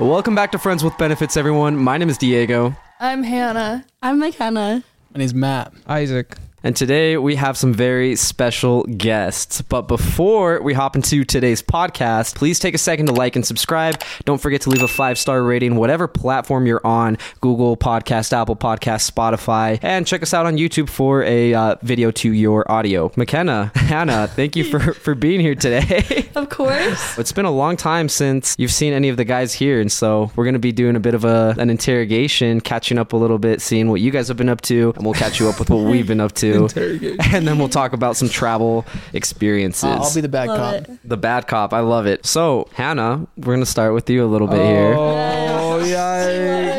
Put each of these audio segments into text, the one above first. Welcome back to Friends with Benefits, everyone. My name is Diego, I'm Hannah. I'm McKenna. My name's Matt. Isaac. and today we have some very special guests. But before we hop into today's podcast, please take a second to like and subscribe. Don't forget to leave a five star rating, whatever platform you're on Google Podcast, Apple Podcast, Spotify, and check us out on YouTube for a uh, video to your audio. McKenna, Hannah, thank you for, for being here today. Of course. It's been a long time since you've seen any of the guys here, and so we're gonna be doing a bit of a an interrogation, catching up a little bit, seeing what you guys have been up to, and we'll catch you up with what we've been up to, Interrogate. and then we'll talk about some travel experiences. I'll be the bad Love cop. it. the bad cop. I love it. So Hannah, we're gonna start with you a little bit here. Oh, yikes.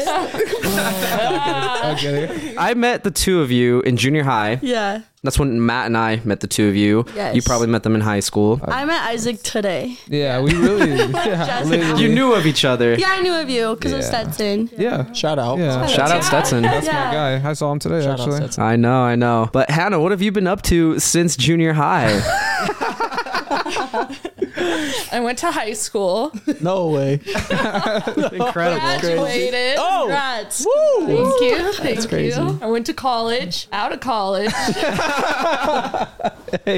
okay. I met the two of you in junior high. Yeah. That's when Matt and I met the two of you. Yes. You probably met them in high school. I met Isaac today. Yeah, we really. Yeah, Just- literally. You knew of each other. Yeah, I knew of you because of Yeah. Stetson. Yeah. Shout out. Yeah. Shout out Stetson. That's Yeah. my guy. I saw him today, Shout out, actually. Stetson. I know, I know. But Hannah, what have you been up to since junior high? I went to high school, No way. Incredible. graduated. Oh. Congrats. Woo! Thank you. Thank you. crazy. I went to college, out of college.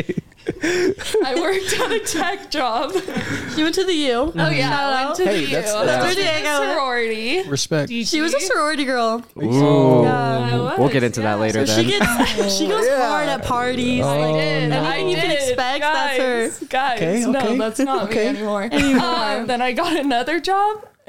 I worked on a tech job. She went to the U. Oh yeah, I went to Hey, the that's- U. that's- I was in a Diego. sorority. Respect. She was a sorority girl. Ooh. Yeah. I We'll was, get into that yeah. later She then. gets she goes hard at parties. I Like, did. I Anything you can did. expect, guys, that's her. Guys, Okay, okay. no, that's not Okay. me anymore. Um, then I got another job,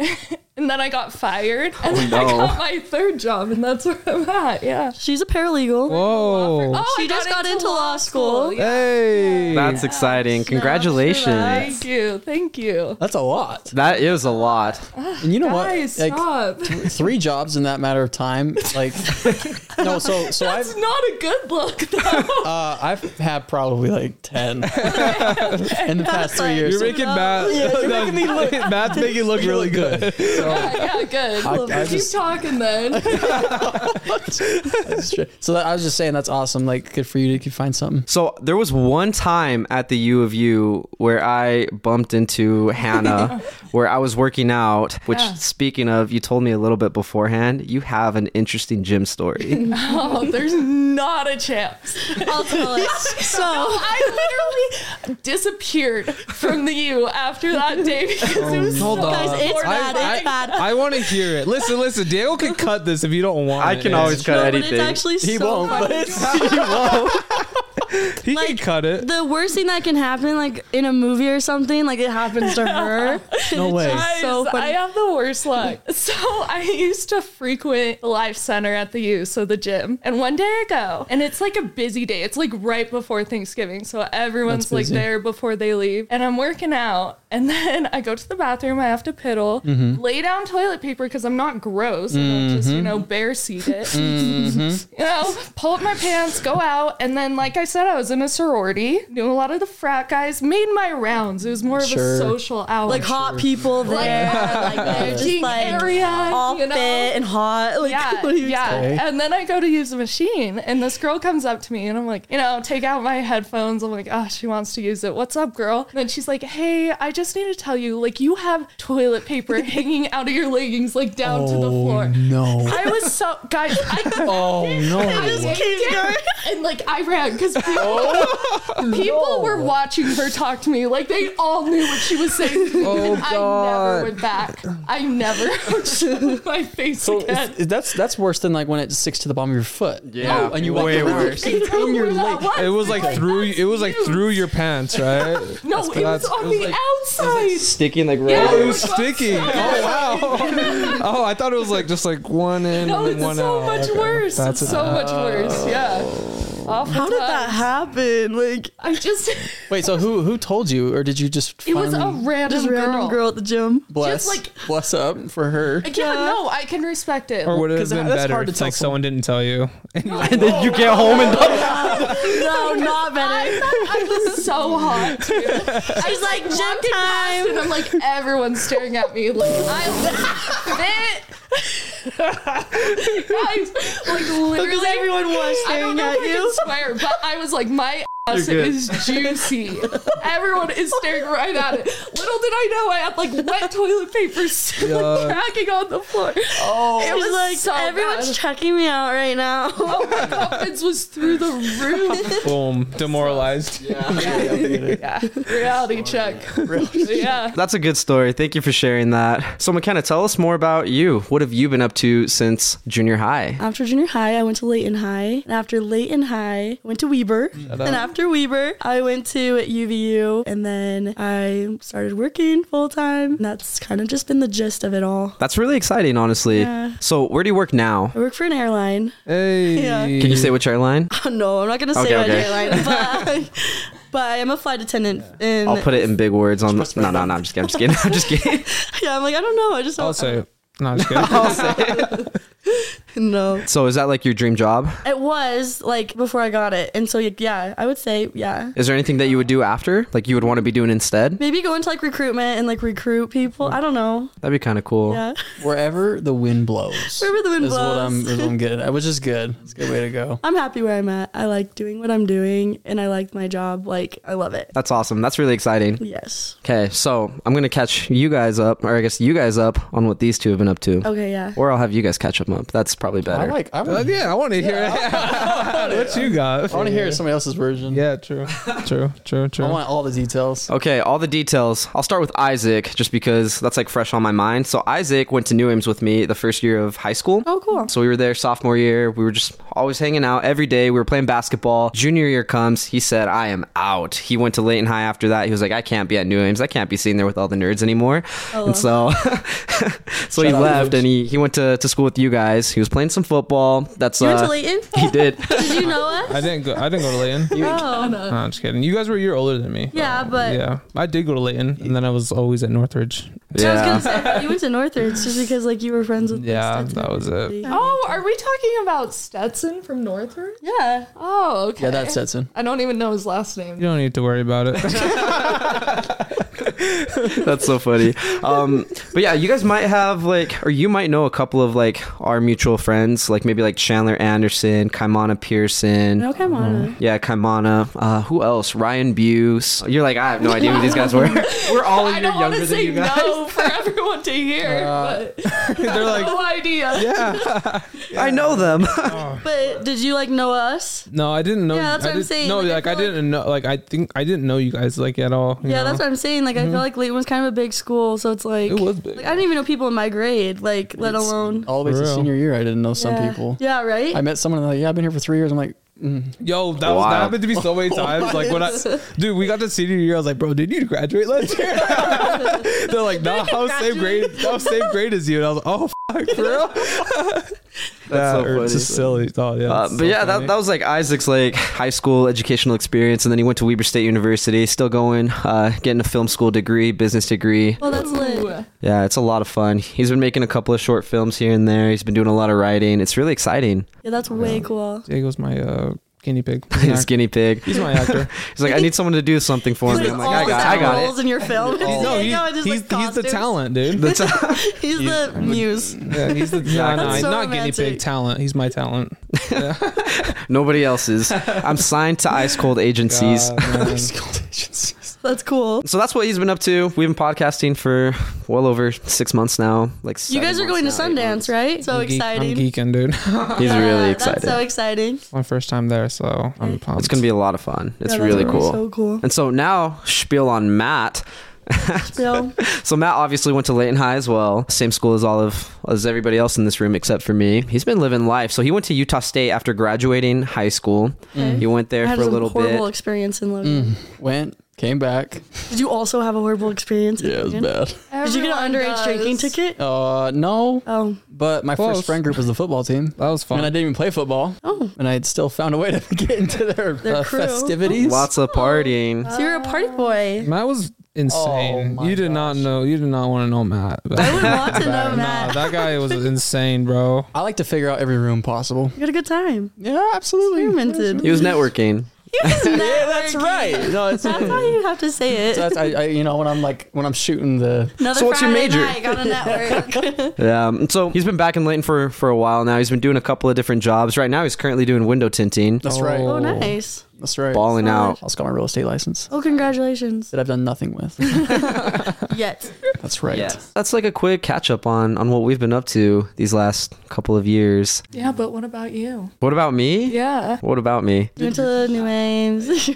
and then I got fired, and then I no. got my third job, and that's where I'm at. Yeah. she's a paralegal. Whoa. Oh, She just got into law school. Yeah. Hey. That's exciting. Congratulations. Thank you. Thank you. That's a lot. That is a lot. And you know Guys, what? Like stop. three jobs in that matter of time. Like no, so so I've That's not a good look, though. uh, I've had probably like ten in the past three years. You're making Matt. no, Matt's making it look really good. yeah, yeah, good. I Keep just- talking then. That's true. So that, I was just saying that's awesome. Like good for you to find something. So there was one time at the U of U where I bumped into Hannah where I was working out, which speaking of, you told me a little bit beforehand, you have an interesting gym story. Oh, there's not a chance. Oh, I'll tell it. So I literally disappeared from the U after that day because it was Hold so on. guys, it's boring. bad. It's bad. I want to hear it. Listen, listen. Diego can cut this if you don't want I it. can always cut No, but it's anything. actually He so won't, funny. but it's He can like, cut it. the worst thing that can happen, like in a movie or something, like it happens to her. no way. Guys, so funny. I have the worst luck. So I used to frequent the Life Center at the U, so the gym. And one day I go, and it's like a busy day. It's like right before Thanksgiving, so everyone's That's like busy. there before they leave. And I'm working out, and then I go to the bathroom. I have to piddle, Mm-hmm. lay down toilet paper because I'm not gross. And I'll just you know bare seat it. Mm-hmm. You know, pull up my pants, go out, and then like I said, I was in a sorority, knew a lot of the frat guys, made my rounds. It was more of Sure. a social hour. like hot people there, like they're just Pink like area, all you know? fit and hot. Like, Yeah, what do you yeah. say? And then I go to use the machine, and this girl comes up to me, and I'm like, you know, take out my headphones. I'm like, oh, she wants to use it. What's up, girl? And then she's like, hey, I just need to tell you, like, you have toilet paper hanging out of your leggings, like down to the floor. Oh, no. I was so guys, I Oh no. I keeps did. going. Oh. And like I ran because people, people were watching her talk to me. Like they all knew what she was saying. Oh, I God. never went back. I never showed my face So again. it's, that's that's worse than like when it sticks to the bottom of your foot. Yeah, Oh, and you way walk around, worse. It's in your Where that leg. It was like through. It was like you. through your pants, right? No, it was that's- on it was the like- outside. Sticking like right Yeah. It was sticking. Oh wow. Oh, I thought it was like just like one in, no, and it's one so out. much Okay. worse. That's Oh. it's it. so much worse. Yeah. Awful How did times. that happen? Like I just. Wait, so who who told you, or did you just? It was a finally- random, just random girl. at the gym. bless like- bless up for her. Yeah, no, I can respect it. Or would it 'Cause have been that's better hard to if tell like someone. someone didn't tell you? And then you get home and No, not better. I thought I was so hot. Too. I was like, Gym walking past time. and I'm like, everyone's staring at me. Like, I fit. Guys, like literally, Because everyone was I don't staring know at if I you. can swear, but I was like, my ass is juicy. Everyone is staring right at it. Little did I know I had like wet toilet paper still Yeah. cracking on the floor. Oh, it was like Like so everyone's everyone's. Bad. checking me out right now. Oh, my confidence was through the roof. Boom. Demoralized. yeah, reality check. yeah. That's a good story. Thank you for sharing that. So, McKenna, tell us more about you. What have you been up to since junior high? After junior high, I went to Leighton High. And after Leighton High, I went to Weber. Mm, And after Weber, I went to UVU. And then I started working full time. And that's kind of just been the gist of it all. That's really exciting, honestly. Yeah. So, where do you work now? I work for an airline. Hey. Yeah. Can you say which airline? no, I'm not going to say Okay, what okay. airline, but, but I am a flight attendant. And I'll put it in big words on. No, no, no. I'm just kidding. I'm just kidding. I'm just kidding. yeah, I'm like, I don't know. I just don't I'll say it. No, just kidding. No. So, is that like your dream job? It was like before I got it. And so, yeah, I would say, yeah. Is there anything that you would do after? Like you would want to be doing instead? Maybe go into like recruitment and like recruit people. I don't know. That'd be kind of cool. Yeah. Wherever the wind blows. Wherever the wind is What I'm, blows. is what I'm good. at, Which is good. It's a good way to go. I'm happy where I'm at. I like doing what I'm doing and I like my job. Like, I love it. That's awesome. That's really exciting. Yes. Okay, so I'm gonna catch you guys up, or I guess you guys up on what these two have been up to, Okay, Oh, yeah. or I'll have you guys catch them up. That's probably I better. like. I Uh, want. yeah, I want to hear it. what you got. I want to hear somebody else's version. Yeah, true. True, true, I true. want all the details. Okay, all the details. I'll start with Isaac just because that's like fresh on my mind. So Isaac went to New Ames with me the first year of high school. Oh, cool. So we were there sophomore year. We were just always hanging out every day. We were playing basketball. Junior year comes. He said, I am out. He went to Leighton High after that. He was like, I can't be at New Ames. I can't be sitting there with all the nerds anymore. Oh, and so so he Shout out left New Ames. and he, he went to, to school with you guys. He was playing some football. That's You went uh, to Leighton? He did. Did you know us? I didn't go. I didn't go to Leighton. Oh, No, I'm just kidding. You guys were a year older than me. Yeah, but- yeah, I did go to Leighton, and then I was always at Northridge. I was yeah. gonna say I thought you went to Northridge just because like you were friends with. Yeah, Stetson. that was it. Oh, are we talking about Stetson from Northridge? Yeah. Oh, okay. Yeah, that sets in. I don't even know his last name. You don't need to worry about it. That's so funny. Um, but yeah, you guys might have like, or you might know a couple of like our mutual friends, like maybe like Chandler Anderson, Kaimana Pearson. No, come on. Yeah, Kaimana. Uh, who else? Ryan Buse. You're like, I have no idea who these guys were. we're all a I year don't want younger to than say you guys. Uh, no for everyone to hear, but They're like, no idea. I know them. But did you like know us? no, I didn't know. Yeah, that's I what I'm didn't- saying. No, Like, I like I feel like- didn't know. Like I think I didn't know you guys like at all. you Yeah, know? that's what I'm saying. Like I feel like Leighton was kind of a big school, so it's like It was big. Like, I didn't even know people in my grade, like let It's alone All the way For to real. senior year, I didn't know some yeah. people. Yeah, right. I met someone and they're like, yeah, I've been here for three years. I'm like, Yo, that was Wow. Oh that happened to me so many times. like when I, dude, we got to senior year, I was like, bro, did you graduate last year? They're like, nah, I was same grade. I was same grade as you, and I was like, oh fuck, for real. That's so That hurts. funny. It's just silly. Oh yeah. Uh, it's but so yeah, funny. that, that was like Isaac's like high school educational experience, and then he went to Weber State University, still going, uh, getting a film school degree, business degree. well, that's lit. Ooh. Yeah, it's a lot of fun. He's been making a couple of short films here and there. He's been doing a lot of writing. It's really exciting. Yeah, that's way cool. Diego's my uh, guinea pig. He's, an He's actor. guinea pig. He's my actor. He's like, I need someone to do something for me. Like, I'm like, all I the got, I got it. roles in your film. no, Yeah, he- I just, he's, like, he's the costumes. talent, dude. That's He's the muse. yeah, he's the no, no, That's so not guinea pig romantic. talent. He's my talent. Nobody else's. I'm signed to Ice Cold Agencies. God, man. That's cool. So that's what he's been up to. We've been podcasting for well over six months now. Like You guys are going to Sundance, right? So I'm geek- exciting. I'm geeking, dude. He's Yeah, really excited. That's so exciting. my first time there, so I'm pumped. it's gonna be a lot of fun. It's Yeah, that's really gonna be cool. So cool. and so now spiel on Matt. Still, So Matt obviously went to Leighton High as well, same school as all of as everybody else in this room except for me. He's been living life. So he went to Utah State after graduating high school. Okay. He went I there had for a some little bit. horrible experience in Logan. went, came back. Did you also have a horrible experience? in Logan? bad. Did you get an underage Everyone does. drinking ticket? Uh, no, Oh, but my Close. first friend group was the football team. that was And I fun. didn't even play football. oh. And I had still found a way to get into their, Their uh, crew. festivities. Lots of partying. So you're a party Ah. boy. Matt was insane. my you did not know. You did not want to know Matt. I would want to Nah, know that. that guy was insane, bro. I like to figure out every room possible. You had a good time. Yeah, absolutely. Experimented. He was networking. Yeah, that's right. No, it's, That's how you have to say it. that's I, I, you know, when I'm like when I'm shooting the Another So what's your Friday major? Night, got a network. Yeah. um, So he's been back in Layton for for a while now. He's been doing a couple of different jobs. Right now, he's currently doing window tinting. That's Oh. right. oh, nice. That's right. balling out. I also got my real estate license Oh, congratulations. that I've done nothing with. Yet. That's right. That's like a quick catch up on on what we've been up to these last couple of years. Yeah, but what about you? What about me? Yeah. What about me? You went to New Ames.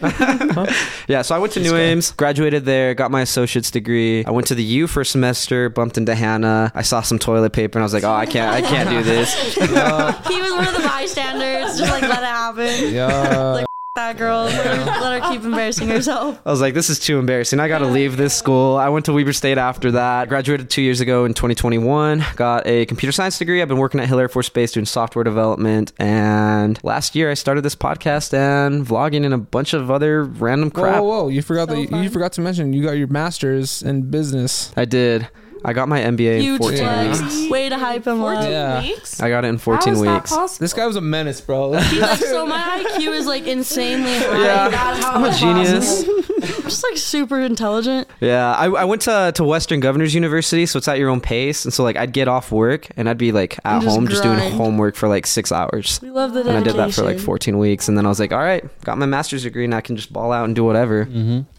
Yeah, so I went to New Ames, graduated there, got my associate's degree. I went to the U for a semester, bumped into Hannah. I saw some toilet paper and I was like, "Oh, I can't I can't do this." he was one of the bystanders. Just like let it happen. Yeah. Like, That girl. Let her, let her keep embarrassing herself. I was like, "This is too embarrassing. I got to leave this school." I went to Weber State after that. Graduated 2 years ago in 2021. Got a computer science degree. I've been working at Hill Air Force Base doing software development and last year I started this podcast and vlogging and a bunch of other random crap. Whoa, whoa, whoa, you forgot So that you fun. forgot to mention you got your masters in business. I did. I got my MBA in Huge 14 plug. weeks. flex. Way to hype him 14 up. Yeah. weeks? I got it in How 14 is that weeks. possible? This guy was a menace, bro. He's like, so my IQ is like insanely high. Yeah. That's how I'm a it's genius. possible. I'm just like super intelligent. Yeah, I, I went to, to Western Governors University, so it's at your own pace. And so, like, I'd get off work and I'd be, like, at And just home just doing grind. homework for, like, six hours. We love the And I dedication. did that for, like, 14 weeks. And then I was like, all right, got my master's degree and I can just ball out and do whatever.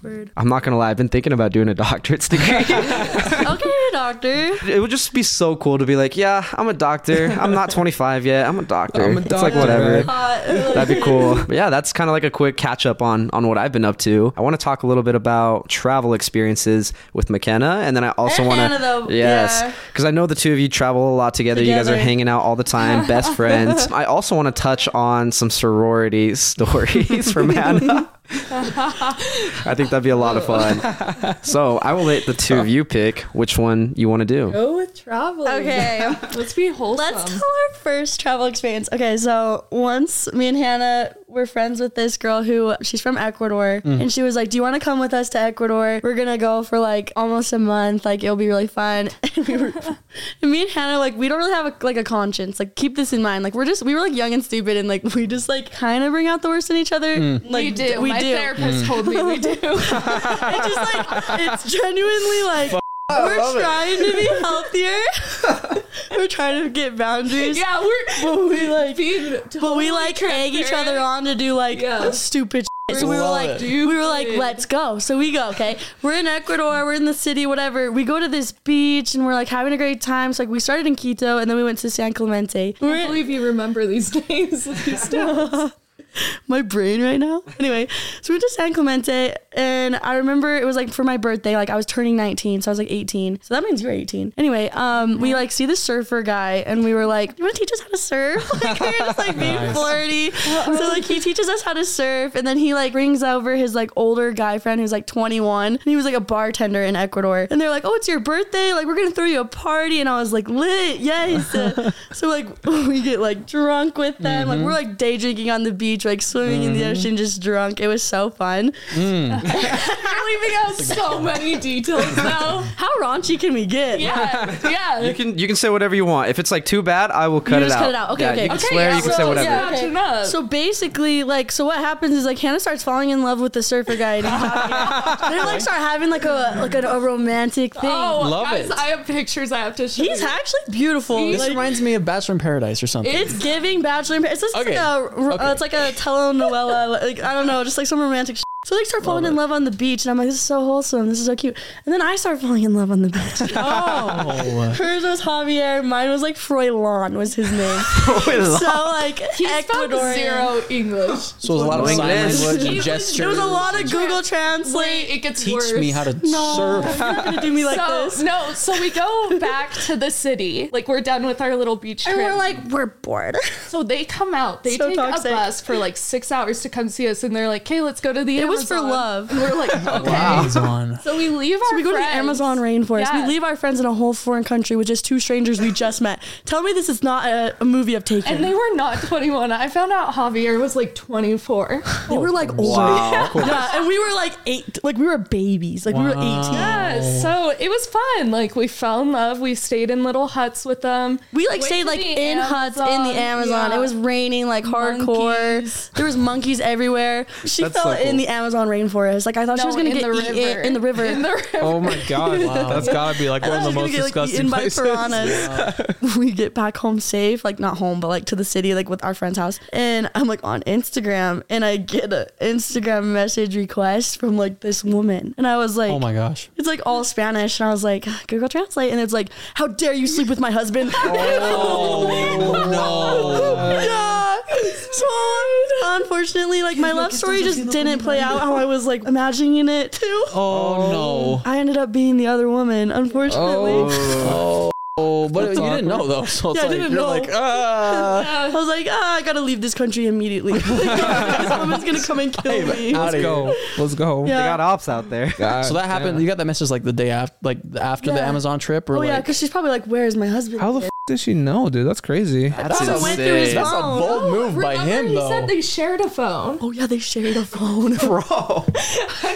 Word. I'm not going to lie, I've been thinking about doing a doctorate's degree. Okay, doctor. it would just be so cool to be like, yeah, I'm a doctor. I'm not 25 yet. I'm a doctor. I'm a It's like, doctor, whatever. man. Hot. That'd be cool. But yeah, that's kind of like a quick catch up on on what I've been up to. I want to talk a little bit about travel experiences with McKenna, and then I also And want Hannah, though. to yes, Yeah. because I know the two of you travel a lot together. You guys are Together. hanging out all the time, best friends. I also want to touch on some sorority stories from Hannah. I think that'd be a lot of fun. So I will let the two of you pick which one you want to do. Go with traveling. Okay. Let's be wholesome. Let's tell our first travel experience. Okay, so once me and Hannah were friends with this girl who she's from Ecuador, and she was like, "Do you want to come with us to Ecuador? We're gonna go for like almost a month. Like it'll be really fun." And, we were, and me and Hannah like we don't really have a, like a conscience. Like keep this in mind. Like we're just we were like young and stupid, and like we just like kind of bring out the worst in each other. Like we d- do. we My do. therapist Mm. told me we do. it's just like it's genuinely like. We're trying to be healthier. we're trying to get boundaries. yeah, we're But we like being but totally we like egg each other transparent. on to do like Yeah. stupid. Shit. So we were Love like, it. we were like, let's go. So we go. Okay, we're in Ecuador. We're in the city. Whatever. We go to this beach and we're like having a great time. So like we started in Quito and then we went to San Clemente. I can't believe you remember these names. These names. my brain right now. Anyway, so we went to San Clemente, and I remember it was like for my birthday. Like I was turning 19, so I was like 18. So that means you're 18. Anyway, um, we like see this surfer guy, and we were like, "You want to teach us how to surf?" Like we were just like being flirty. So like he teaches us how to surf, and then he like brings over his like older guy friend who's like 21, and he was like a bartender in Ecuador, and they're like, "Oh, it's your birthday! Like we're gonna throw you a party," and I was like, "Lit, yes!" so like we get like drunk with them, like we're like day drinking on the beach, like swimming in the ocean, just drunk. It was so fun. You're leaving out so many details now. How raunchy can we get? Yeah, yeah. You can you can say whatever you want. If it's like too bad, I will cut You it just out. cut it out. Okay, Yeah, okay. You can Okay, swear. yeah, You can say so- whatever. yeah, okay. Turn up. So basically, like, so what happens is like Hannah starts falling in love with the surfer guy, and he- they like start having like a like a, a romantic thing. Oh, Love guys, it. I have pictures I have to show. He's you. actually beautiful. This Like, reminds me of Bachelor in Paradise or something. it's giving Bachelor in Paradise. It's like Okay. a Okay. uh, it's like a telenovela. Like I don't know, just like some romantic. Shit. So they start falling in love on the beach, and I'm like, this is so wholesome. This is so cute. And then I start falling in love on the beach. oh, Hers was Javier. Mine was like Froilan was his name. so like He spoke Ecuadorian. zero English. so it was a lot of No sign English. language It and was- gestures. There was a lot of Google Wait, Translate. it gets Teach worse. me how to surf. You're not gonna do me like so this. no, so we go back to the city. Like we're done with our little beach trip. And we're like, we're bored. so they come out. They So take toxic. a bus for like six hours to come see us, and they're like, "Okay, let's go to the." it was for Amazon." love. And we're like, "Okay." on. So we leave our. So we go to friends. the Amazon rainforest. Yeah. We leave our friends in a whole foreign country with just two strangers we just met. Tell me this is not a, a movie of Taken. And they were not 21. I found out Javier was like 24. They were like older. Wow. Yeah, and we were like eight. Like we were babies. Like we were 18. Yeah, Oh. so it was fun. Like we fell in love. We stayed in little huts with them. We like Went stayed to like the in huts in Amazon, the Amazon. yeah. It was raining like hardcore. Monkeys. There was monkeys everywhere. She That's fell so cool. in the was on Rainforest. Like I thought she was gonna in get the eaten river. in the river. In the river. Oh my god, Wow. that's gotta be like I one of thought the she was most gonna get, like, disgusting eaten by places. piranhas. we get back home safe, like not home, but like to the city, like with our friend's house. And I'm like on Instagram, and I get an Instagram message request from like this woman, and I was like, Oh my gosh. It's like all Spanish, and I was like, Google Translate, and it's like, how dare you sleep with my husband? Oh, yeah. So unfortunately, like my love story just didn't play out how I was like imagining it too. Oh I ended up being the other woman, unfortunately. no. Oh, but you didn't know though, so it's Yeah, I like didn't you're know. like, Uh, ah. I was like, ah, I gotta leave this country immediately. this woman's gonna come and kill me. outta Let's here. go. Let's go. They Yeah. got ops out there. God So that happened. damn. You got that message like the day after, like after the Yeah. Amazon trip, or Oh like yeah, because she's probably like, where's my husband? How the f- did she know, dude? That's crazy. that's also went through his insane. That's a phone. bold move by oh, Remember him he though. said they shared a phone. oh yeah, they shared a phone. Bro,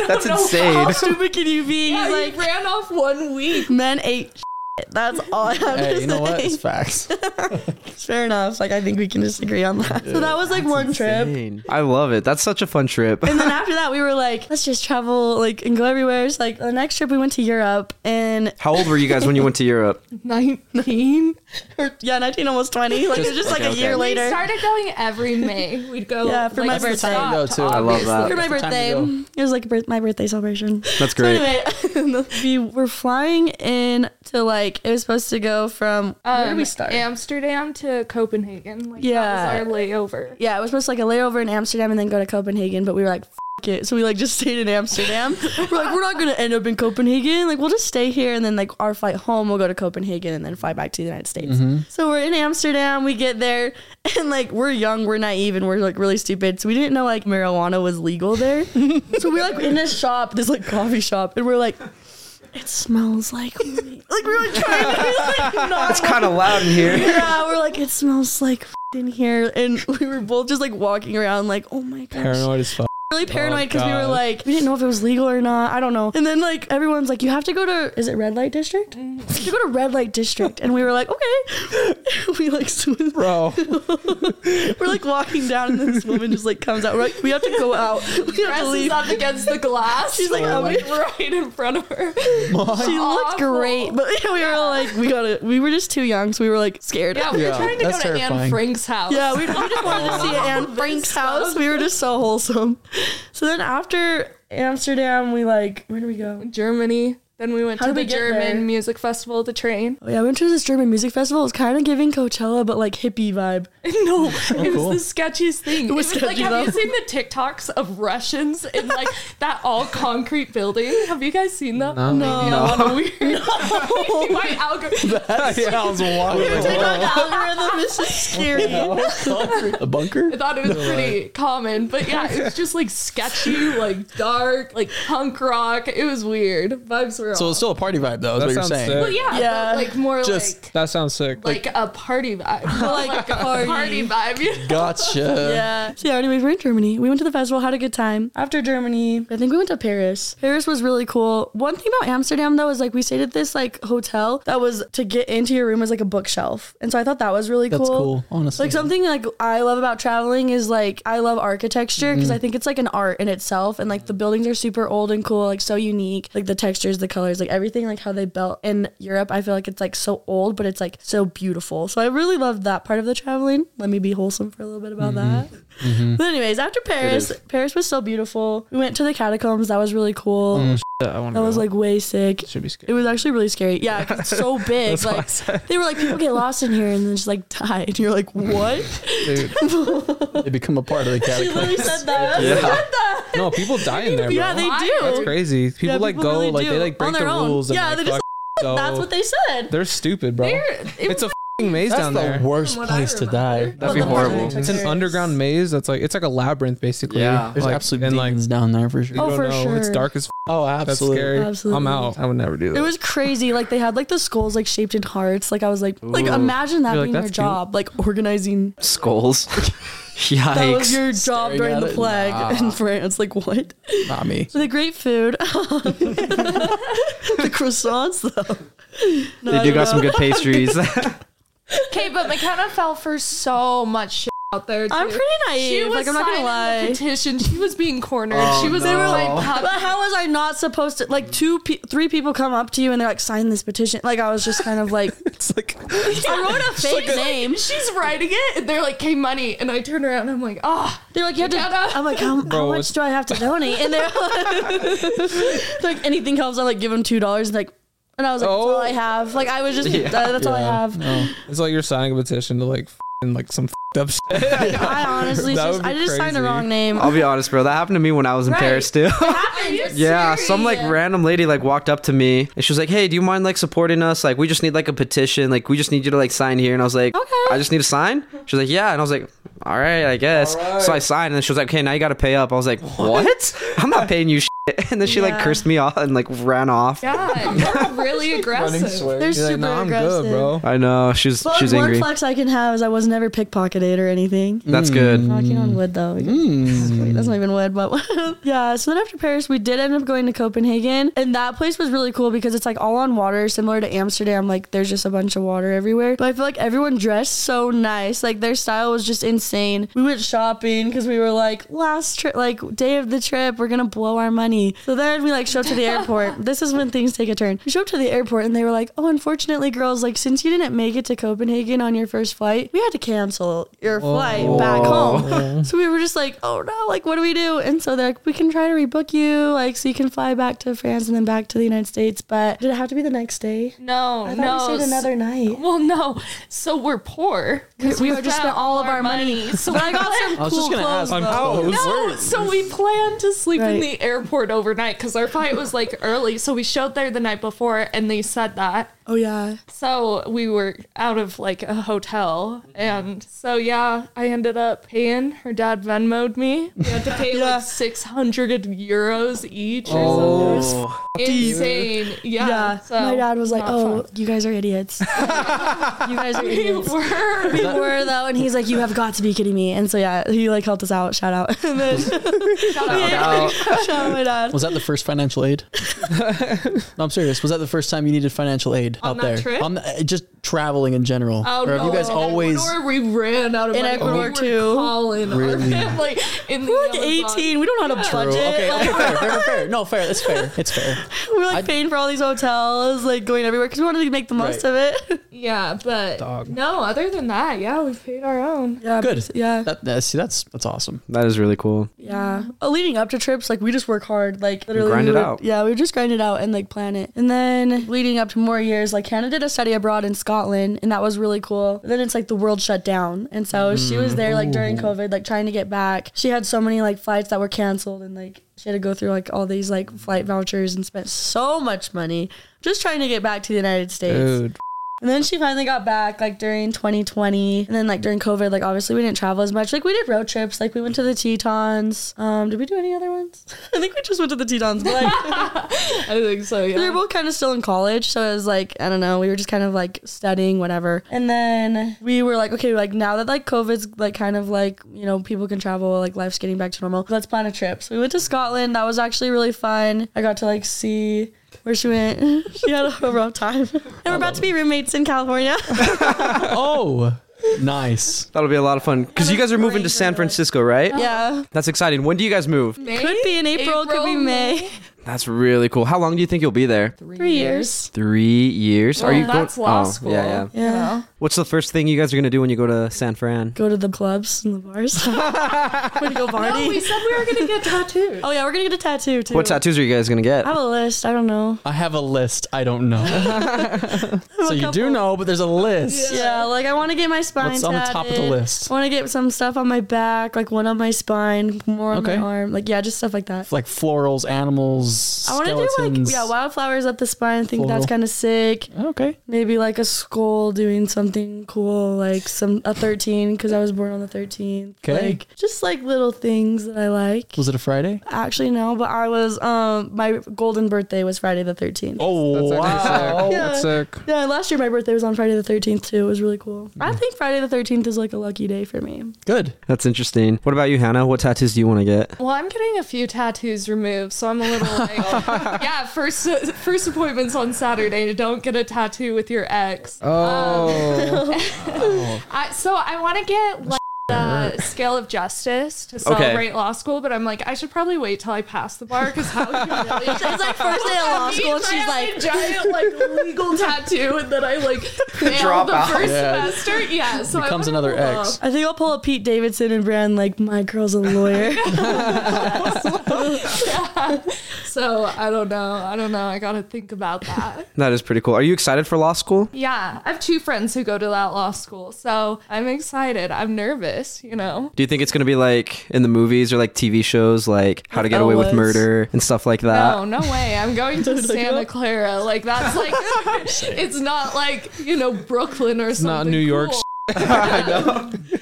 that's know insane. how stupid can you be? Yeah, He's he like, ran off one week. men ate. shit." That's all I have to Hey, you know what? say. It's facts. Fair enough. Like I think we can disagree on that. So that was like one trip. Insane. I love it. That's such a fun trip. And then after that, we were like, let's just travel like and go everywhere. So like the next trip, we went to Europe and How old were you guys when you went to Europe? 19. or, yeah, nineteen almost twenty. Like it was just like a okay, year okay. We later. started going every May. We'd go. Yeah, for my like, birthday. stop Go, to too. I love that. for obviously- my That's the birthday. time to It was like a birth- my birthday celebration. That's great. So anyway, we were flying in to like it was supposed to go from where did um, we start? Amsterdam to Copenhagen. Like, Yeah. That was our layover. yeah, it was supposed to like a layover in Amsterdam and then go to Copenhagen, but we were like. "F- It. So we like just stayed in Amsterdam. We're like, we're not gonna end up in Copenhagen. Like, we'll just stay here, and then like our flight home, we'll go to Copenhagen, and then fly back to the United States. So we're in Amsterdam. We get there, and like we're young, we're naive, and we're like really stupid. So we didn't know like marijuana was legal there. so we're like in this shop, this like coffee shop, and we're like, it smells like weed. like we were like trying to like not It's kind of loud in here. yeah, we're like, it smells like f- in here, and we were both just like walking around, like, oh my gosh, Paranoid as fuck. really paranoid because we were God. like, we didn't know if it was legal or not. I don't know. And then like everyone's like, you have to go to, is it red light district? you have to go to red light district, and we were like, okay. we like, swim- Bro. we're like walking down, and then this woman just like comes out. We're like, we have to go out. We have to Presses leave. up against the glass. She's like, oh, like right in front of her. She looked Awful. great, but we were like, we got it. We were just too young, so we were like scared. Yeah, we Yeah, were trying to go to that's Anne terrifying. Frank's house. Yeah, we, we just wanted to see Anne Frank's house. We were just so wholesome. So then after Amsterdam, we like where do we go? Germany. Then we went How to did the we get German there? music festival with the train. Oh yeah, we went to this German music festival. It was kind of giving Coachella, but like hippie vibe. Oh, No, it was the sketchiest thing. It was was, like, sketchy, have though. you seen the TikToks of Russians in like that all concrete building? Have you guys seen that? No, no. weird. My algorithm. yeah, I was wild. Like, oh, the algorithm is just scary. a bunker? I thought it was pretty common, but yeah, it's just like sketchy, like dark, like punk rock. It was weird. Vibes were So all. it's still a party vibe though. Is That what you're sounds saying? sick. But yeah, Yeah. but like more Just- That sounds sick. Like, like like a party vibe, Like like a party. party, vibe. you know? Gotcha. Yeah. So yeah, anyway, we we're in Germany. We went to the festival, had a good time. After Germany, I think we went to Paris. Paris was really cool. One thing about Amsterdam though is like we stayed at this like hotel that was to get into your room was like a bookshelf. And so I thought that was really That's cool, honestly. Like something like I love about traveling is like I love architecture Mm-hmm. because I think it's like an art in itself and like the buildings are super old and cool, like so unique. Like the textures, the colors, like everything like how they built in Europe, I feel like it's like so old, but it's like so beautiful. So I really loved that part of the traveling. Let me be wholesome for a little bit about Mm-hmm. that. But anyways, after Paris, Paris was so beautiful. We went to the catacombs. That was really cool. Mm, I want that was like way sick. should be It scary. was actually really scary. Yeah, 'cause it's so big. like they were like, people get lost in here and then just like die. And you're like, what? Dude. They become a part of the She category. literally said that. Yeah. No, people die in there, bro. Yeah, they do. That's crazy. People, Yeah, like people go, really like do. they like On break the their own. rules. Yeah, and, they like, just fuck go. That's what they said. They're stupid, bro. it's a f***ing maze That's down the there. worst From what I place to die. remember. That'd be horrible. It's an underground maze. That's like it's like a labyrinth basically. Yeah. There's like, absolute and like demons down there for you sure. Oh, don't for know. It's sure. dark as f- Oh, That's absolutely. scary. I'm Absolutely. out. I would never do that. It was crazy. Like they had like the skulls like shaped in hearts. Like I was like, like imagine that You're like, being your "That's cute." job, like organizing. Skulls. That was Yikes. your job Staring during at the it? flag Nah. in France. Like what? Not me. The great food. the croissants, though. No, they I do don't got some know. good pastries. Okay, but McKenna fell for so much shit out there. Too. I'm pretty She naive, was like, I'm not gonna signing the lie. Petition. She was being cornered. Oh, she was They were like, like, but how was I not supposed to? Like, two, pe- three people come up to you and they're like, sign this petition. Like, I was just kind of like, It's like I wrote a fake name. she's writing it, and they're like, "Hey, money!" And I turn around, and I'm like, "Ah, They're like, you have to. Gotta- I'm like, how, how much it's- do I have to donate? And they're like, they're like, anything comes, I like give them two dollars. And like, and I was like, that's all I have. Like, I was just, uh, that's all I Oh. Yeah. have. No. It's like you're signing a petition to like f***ing like some f***ed up shit. I honestly, That just, would be I just signed the crazy. wrong name. I'll be honest, bro. That happened to me when I was in Right. Paris too. are you yeah, serious?" some like random lady like walked up to me and she was like, "Hey, do you mind like supporting us? Like, we just need like a petition. Like, we just need you to like sign here." And I was like, Okay. I just need to sign." She was like, "Yeah," and I was like, "All right, I guess." So I signed, and then she was like, "Okay, now you got to pay up." I was like, "What? I'm not paying you." Shit. And then she like Yeah. cursed me off and like ran off. God, you're really aggressive." They're You're super like, no, I'm aggressive. good, bro. I know she's But she's one angry. flex I can have is I was never pickpocketed or anything. That's good. Knocking on wood though. Wait, that's not even wood, but yeah. So then after Paris, we did end up going to Copenhagen, and that place was really cool because it's like all on water, similar to Amsterdam. Like there's just a bunch of water everywhere. But I feel like everyone dressed so nice. Like their style was just insane. We went shopping because we were like last trip, like day of the trip, we're gonna blow our money. So then we like show up to the airport. this is when things take a turn. We show up to the airport and they were like, oh, unfortunately, girls, like since you didn't make it to Copenhagen on your first flight, we had to cancel your flight back home. So we were just like, oh no, like what do we do? And so they're like, we can try to rebook you, like so you can fly back to France and then back to the United States. But did it have to be the next day? No, I thought no. we stayed another night. Well, no. So we're poor because We were just spent all of our money. So I got some I was just gonna ask. I'm Oh, though. close. No, so we planned to sleep in Right. the airport overnight because our flight was like early. So we showed there the night before and they said that. Oh yeah. So we were out of like a hotel. And so, yeah, I ended up paying. Her dad Venmoed me. We had to pay Yeah. like 600 euros each or something. Oh, It was insane. Yeah. Yeah. so My dad was like, not oh, fun. you guys are idiots. you guys are We idiots. were. We were though, and he's like, "You have got to be kidding me!" And so yeah, he like helped us out. Shout out, and then shout out my dad. Was that the first financial aid? no, I'm serious. Was that the first time you needed financial aid On that out there? trip? On the, uh, just traveling in general. Oh, or have you no. guys In always? Ecuador, we ran out of In money. Ecuador, we were too. Calling our family in the We're like Amazon. 18. We don't know how to True. budget. Okay, Like, okay, fair, fair, fair. No, fair. It's fair. It's fair. we're like I'd- paying for all these hotels, like going everywhere because we wanted to make the most Right. of it. Yeah, but Dog. no. Other than that, yeah, we paid our own. Yeah. Good. Yeah. That, that, see, that's that's awesome. that is really cool. Yeah. Uh, leading up to trips, like we just work hard, like literally grind we it would- out. Yeah, we would just grind it out and like plan it. And then leading up to more years, like Hannah did a study abroad in Scotland, and that was really cool. But then it's like the world shut down, and so she was there like during Mm. COVID, like trying to get back. She had so many like flights that were canceled, and like she had to go through like all these like flight vouchers and spent so much money just trying to get back to the United States. Dude, And then she finally got back like during 2020. And then like during COVID, like obviously we didn't travel as much. Like we did road trips. Like we went to the Tetons. Um, did we do any other ones? I think we just went to the Tetons. But like I think so. we were Yeah. both kind of still in college. So it was like, I don't know, we were just kind of like studying, whatever. And then we were like, okay, like now that like COVID's like kind of like, you know, people can travel, like life's getting back to normal. Let's plan a trip. So we went to Scotland. That was actually really fun. I got to like see where she went. she had a rough time. And we're about to be roommates in California. Oh, nice. That'll be a lot of fun because you guys are moving to San Francisco, right? Yeah. That's exciting. When do you guys move? May? Could be in April, could be May. That's really cool. How long do you think you'll be there? Three years. Three years? Are Well, you that's going? law oh, school. Yeah, yeah. Yeah. What's the first thing you guys are gonna do when you go to San Fran? Go to the clubs and the bars. Way to go party. No, we said we were gonna get tattoos. oh yeah, we're gonna get a tattoo too. What tattoos are you guys gonna get? I have a list. I don't know. I have a list. I don't know. so you do couple. know, but there's a list. Yeah, like I want to get my spine. What's on the top of the tatted. list? I want to get some stuff on my back, like one on my spine, more on Okay. my arm. Like yeah, just stuff like that. Like florals, animals, I want to do skeletons. like yeah, wildflowers up the spine. I think Floral. that's kind of sick. Okay. Maybe like a skull doing something cool, like some a thirteen because I was born on the thirteenth. 'Kay. Like just like little things that I like. Was it a Friday? Actually, no, but I was, um, my golden birthday was Friday the 13th. Oh, wow. Yeah. that's sick. Yeah, last year my birthday was on Friday the 13th too. It was really cool. Mm. I think Friday the 13th is like a lucky day for me. Good. That's interesting. What about you, Hannah? What tattoos do you want to get? Well, I'm getting a few tattoos removed, so I'm a little like, yeah. First, first appointments on Saturday. Don't get a tattoo with your ex. Oh, I, so I want to get like the scale of justice to celebrate law school, but I'm like, I should probably wait till I pass the bar because how humiliating. It's like first day of law school, and I she's have like, a giant like legal tattoo, and then I like failed Drop the out. first Yeah. semester. Yeah, so Becomes I another wouldn't ex. I think I'll pull up Pete Davidson and brand like my girl's a lawyer. belong. So I don't know. I don't know. I gotta think about that. That is pretty cool. Are you excited for law school? yeah, I have two friends who go to that law school, so I'm excited. I'm nervous, you know. Do you think it's going to be like in the movies or like TV shows, like How to Get Away with Elwes. Murder and stuff like that? No, no way. I'm going to Santa Clara. Like that's like it's not like, you know, Brooklyn or something. not New York cool.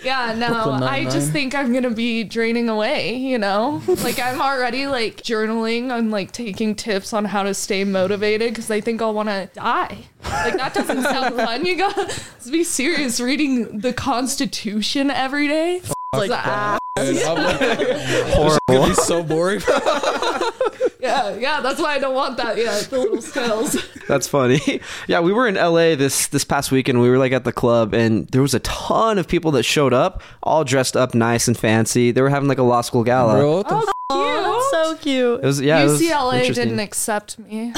Yeah, no. Brooklyn I just Nine-Nine. think I'm gonna be draining away, you know? like I'm already like journaling and like taking tips on how to stay motivated because I think I'll wanna die. Like that doesn't sound fun. You gotta let's be serious reading the constitution every day. Like, ah, Horrible. It's so boring. yeah, yeah, that's why I don't want that. Yeah, the little scales. That's funny. yeah, we were in LA this this past weekend. We were like at the club, and there was a ton of people that showed up, all dressed up nice and fancy. They were having like a law school gala. Bro, what the f- oh, that's so It cute. was yeah. it was UCLA interesting. didn't accept me.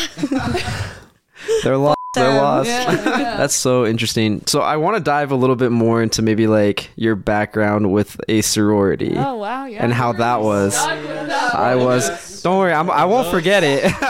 They're lost. They're them. lost. Yeah, yeah. That's so interesting. So I want to dive a little bit more into maybe like your background with a sorority oh wow, yeah. and how that was. I was. Don't worry, I'm, I won't forget it.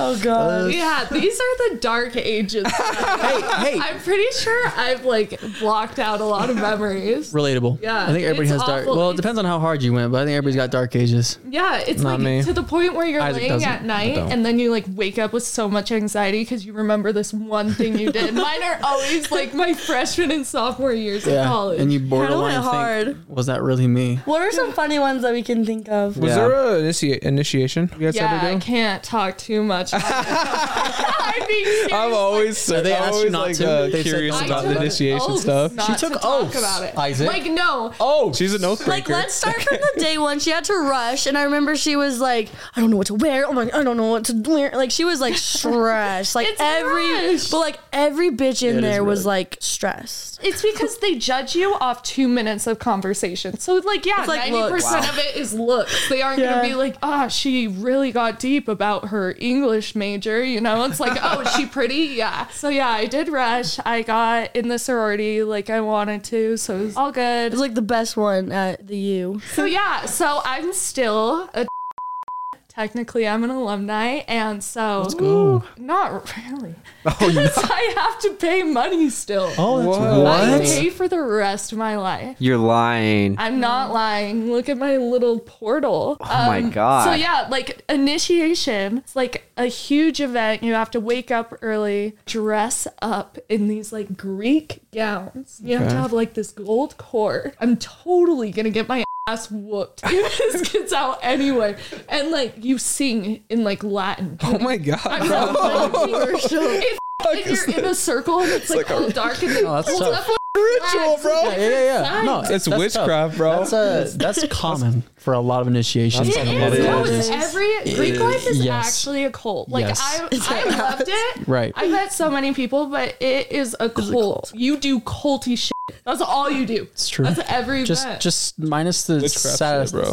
Oh god. Yeah, these are the dark ages. hey, hey. I'm pretty sure I've like blocked out a lot of memories. Relatable. Yeah, I think everybody has it's dark. awful. Well, it depends on how hard you went, but I think everybody's got dark ages. Yeah, it's Not like me. to the point where you're Isaac laying doesn't. at I night don't. and then you like wake up with so much anxiety because you remember this one thing you did. Mine are always like my freshman and sophomore years of college. And you borderline went think, hard. was that really me? What are some funny ones that we can think of? Was Yeah. there an initi- initiation you guys yeah, I had to do? can't talk too much. I'm being serious. I'm always so they asked you always not like, to? uh, They said curious not about Oh, to. the initiation oaths stuff. not She to took talk oaths, about it. Isaac. Like no. Oh, she's an oath Like, breaker. let's start from the day one. She had to rush, and I remember she was like, "I don't know what to wear. Oh my, I don't know what to wear." Like, she was like stressed. Like It's every, rush. but like every bitch in it is there was rush. like stressed. It's because they judge you off two minutes of conversation. So like yeah, It's like ninety percent of it is looks. They aren't gonna Yeah. be like, ah, she really got deep about her English major. You know, it's like, oh, is she pretty? Yeah. So yeah, I did rush. I got in the sorority like I wanted to, so it was all good. It was like the best one at the U. So yeah, so I'm still a technically I'm an alumni and so not really. Because I have to pay money still. Oh, that's I What? pay for the rest of my life. You're lying. I'm not lying. Look at my little portal. Oh my God. So yeah, like initiation. It's like a huge event. You have to wake up early, dress up in these like Greek gowns. You have to have like this gold cord. I'm totally gonna get my ass whooped if this gets out anyway. And like you sing in like Latin. oh my god. I'm not fucking If, if you're in a circle and it's, like, all dark and Oh, that's holds tough. up a Ritual, bro. Yeah, yeah, yeah. No, It's that's witchcraft, tough. bro. That's uh, that's common for a lot of initiations. It That's is. It No, it's is. every Greek life is Yes. actually a cult. Like Yes. I, I loved it. Right. I met so many people, but it is a cult. You do culty shit. That's all you do. It's true. That's every just event. just minus the Witchcraft sa- shit, bro.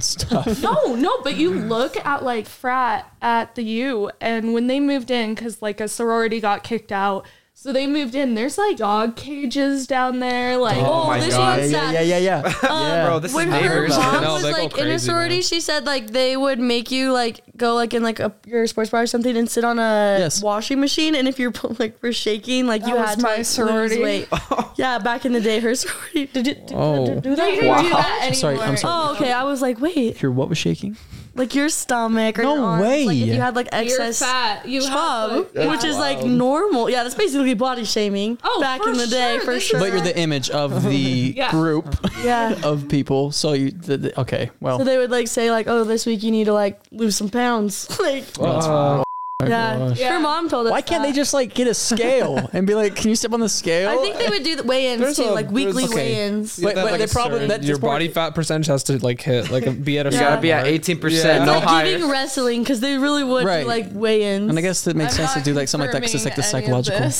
stuff. no, no, but you look at like frat at the U, and when they moved in, because like a sorority got kicked out, so they moved in. There's like dog cages down there. Like, oh, my this God. one's yeah, yeah, yeah, yeah. yeah. Bro, this when is her neighbors. mom And I was was like, like, oh, in a crazy, sorority, man. she said like they would make you like go like in like a your sports bar or something and sit on a Yes. washing machine, and if you're like for shaking, like you That was had to my like, sorority. lose weight. yeah, back in the day, her sorority did you did, you Oh. do They that. didn't do that I'm sorry, I'm anymore. sorry. Oh, okay. I was like, wait, Your what was shaking? like your stomach or No your arms, Like, if way. you had like You're excess fat. You have, chub, like, yeah. which is like normal. Yeah, that's basically body shaming. Oh, back for in the day sure. for This is- sure. But you're the image of the Yeah. group yeah. of people. So you, the, the, okay, well, So they would like say like, oh, this week you need to like lose some pounds. like, Oh, that's- yeah. Yeah. Her mom told us. Oh why can't they that. just like get a scale and be like, can you step on the scale? I think they would do the weigh-ins There's too, a- like weekly there's- okay. weigh-ins. Wait, That, wait, like, they a probably- certain- that just your more- body fat percentage has to like hit like be at a You gotta certain be at mark. 18%, Yeah. no like higher. giving wrestling because they really would do, Right. like weigh-ins. and I guess it makes sense to do like something like that because it's like the psychological. I'm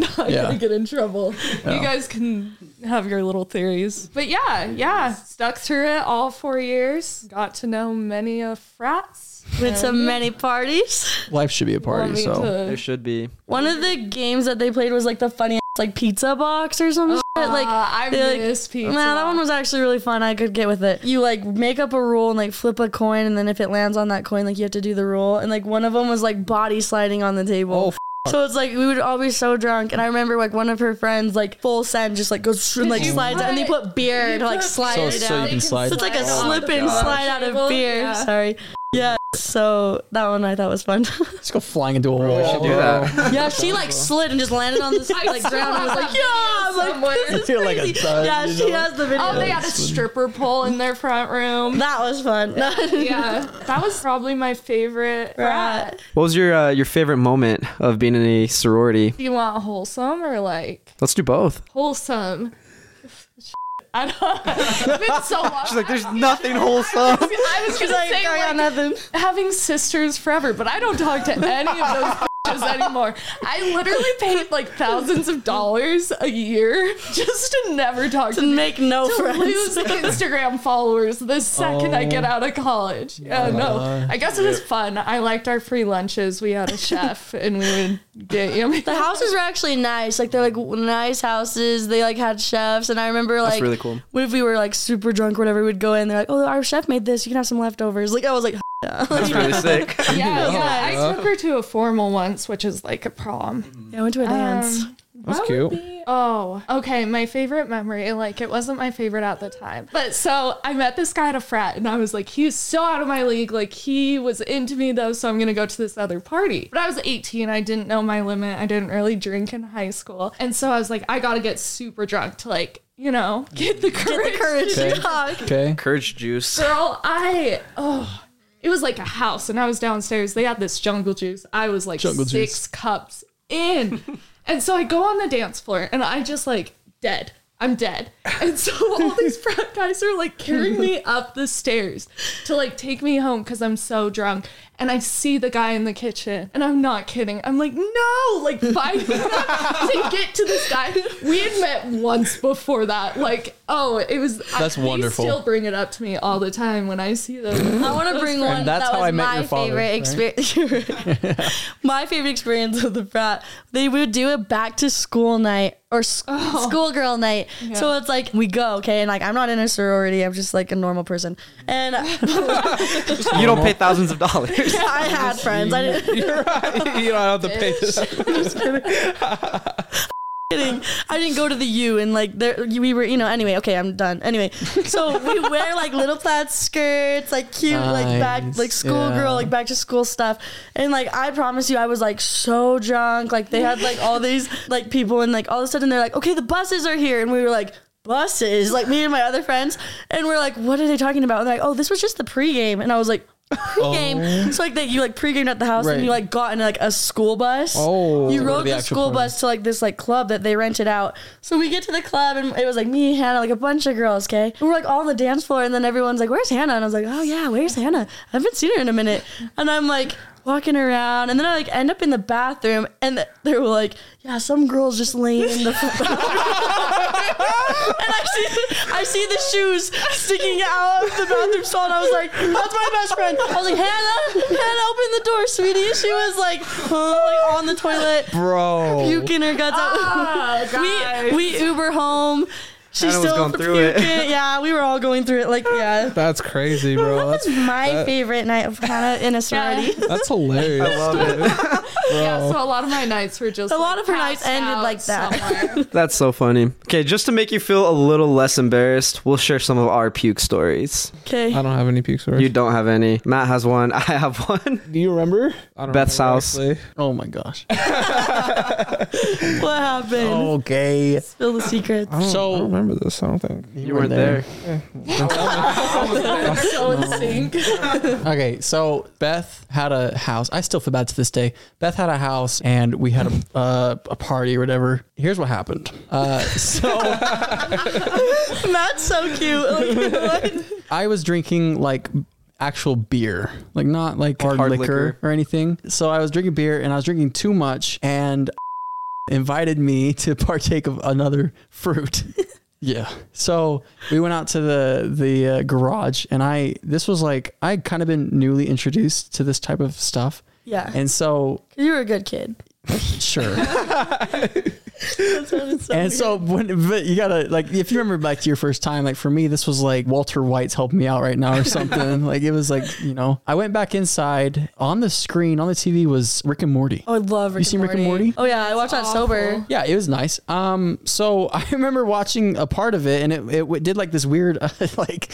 not Yeah. gonna get in trouble. You guys can have your little theories. But yeah, yeah, stuck through it all four years. Got to know many of frats. Went to many parties. Life should be a party, Want me so. There to- should be. One of the games that they played was like the funny like pizza box or some shit. Like Uh, I they, like, miss pizza. Man, that one was actually really fun. I could get with it. You like make up a rule and like flip a coin, and then if it lands on that coin, like you have to do the rule. And like one of them was like body sliding on the Oh, table. so it's like we would all be so drunk, and I remember like one of her friends like full send just like goes and like you slides, out, and they put- put beer to like slide So- it so down. you can slide. So it's like a on slip the and table. slide out of beer. Yeah. Sorry. Yeah. So that one I thought was fun. Let's go flying into a wall. Do that. yeah, she like slid and just landed on the like ground and was like, yeah, I'm like, Somewhere. this is You're like a crazy. thug, yeah, you she know? has the video. Oh, they had a stripper pole in their front room. that was fun. yeah, that was probably my favorite frat. Right. What was your uh, your favorite moment of being in a sorority? Do you want wholesome or like Let's do both. wholesome? I don't. It's been so long. She's like, there's nothing wholesome. I was gonna Like, say I like, got nothing. having sisters forever, but I don't talk to any of those bitches anymore. I literally paid like thousands of dollars a year just to never talk to, To make no to friends. lose Instagram followers the second I get out of college. Oh. Yeah, no. I guess it was fun. I liked our free lunches. We had a chef and we would get yummy. The houses were actually nice. Like they're like w- nice houses. They like had chefs, and I remember like really cool. when if we were like super drunk, or whatever, we'd go in. They're like, "Oh, our chef made this. You can have some leftovers." Like I was like, "Yeah, That's really sick. Yeah, yeah. I took her to a formal once, which is like a prom. I went to a dance." Um, That's cute. oh, okay. My favorite memory, like it wasn't my favorite at the time, but so I met this guy at a frat, and I was like, he's so out of my league. Like he was into me though, so I'm gonna go to this other party. But I was 18, I didn't know my limit. I didn't really drink in high school, and so I was like, I gotta get super drunk to like, you know, get the courage. the courage Okay. to talk. Okay. Courage juice. Girl, I oh. It was like a house, and I was downstairs. They had this jungle juice. I was like Jungle six juice. cups in. and so I go on the dance floor and I just like dead. I'm dead. And so all these frat guys are like carrying me up the stairs to like take me home because I'm so drunk. And I see the guy in the kitchen and I'm not kidding. I'm like, no, like fighting to get to this guy. We had met once before that. Like, oh, it was That's they wonderful. still bring it up to me all the time when I see them. I want to bring one. that's that how was I met my your father, favorite experience. my favorite experience of the frat. They would do a back to school night or s- Oh. schoolgirl night. So it's like we go, okay, and like I'm not in a sorority. I'm just like a normal person, and You don't pay thousands of dollars. I had friends. I didn't. You're right. You don't have to pay this. kidding. I didn't go to the U and like there we were, you know, anyway, okay, I'm done. Anyway. So we wear like little plaid skirts, like cute, like back Nice, like schoolgirl, yeah. like back to school stuff. And like I promise you I was like so drunk. Like they had like all these like people and like all of a sudden they're like, Okay, the buses are here and we were like Buses, like me and my other friends, and we're like, "What are they talking about?" And they're like, "Oh, this was just the pregame," and I was like, "Pregame." So like that, you like pregamed at the house, Oh. Right. and you like got in like a school bus. Oh. you To go to rode the the, actual school party. bus us to like this like club that they rented out. So we get to the club and it was like me, Hannah, like a bunch of girls, okay? And we're like all on the dance floor and then everyone's like, Where's Hannah? And I was like, Oh yeah, where's Hannah? I haven't seen her in a minute. And I'm like walking around and then I like end up in the bathroom and th- they were like, Yeah, some girl's just laying in the and I see, I see the shoes sticking out of the bathroom stall, and I was like, "That's my best friend." I was like, "Hannah, Hannah, open the door, sweetie." She was like, huh, like on the toilet, Bro. puking her guts out. we we Uber home. She Hannah was still going through it. puking. Yeah, we were all going through it. Like, yeah. That's crazy, bro. That's That's, my favorite night of Hannah in a sorority. that's hilarious. I love it. yeah, so a lot of my nights were just A lot of her nights ended like that. That's so funny. Okay, just to make you feel a little less embarrassed, we'll share some of our puke stories. Okay. I don't have any puke stories. You don't have any. Matt has one. I have one. Do you remember? I don't Beth's remember house. actually. Oh my gosh. What happened? oh. Okay. Spill the Uh. secrets. I don't, So- I don't remember this. I don't think. You, weren't there. so in sync. Okay, so Beth had a house. I still feel bad to this day. Beth had a house, and we had a uh, a party or whatever. Here's what happened. Uh, so Matt's so cute. Like, what? I was drinking like actual beer, like not like hard, hard liquor, liquor. or anything. So I was drinking beer, and I was drinking too much, and invited me to partake of another fruit. Yeah. So we went out to the the uh, garage, and I this was like I had kind of been newly introduced to this type of stuff, Yeah. and so you were a good kid. sure. That's what it's so and weird. so when but you gotta like if you remember back to your first time, like for me this was like Walter White's helping me out right now or something. like it was like you know I went back inside on the screen on the TV was Rick and Morty. Oh, I love Rick seen and Rick and Morty? Oh yeah, I watched that sober. Yeah, it was nice. Um, so I remember watching a part of it, and it, it w- did like this weird, uh, like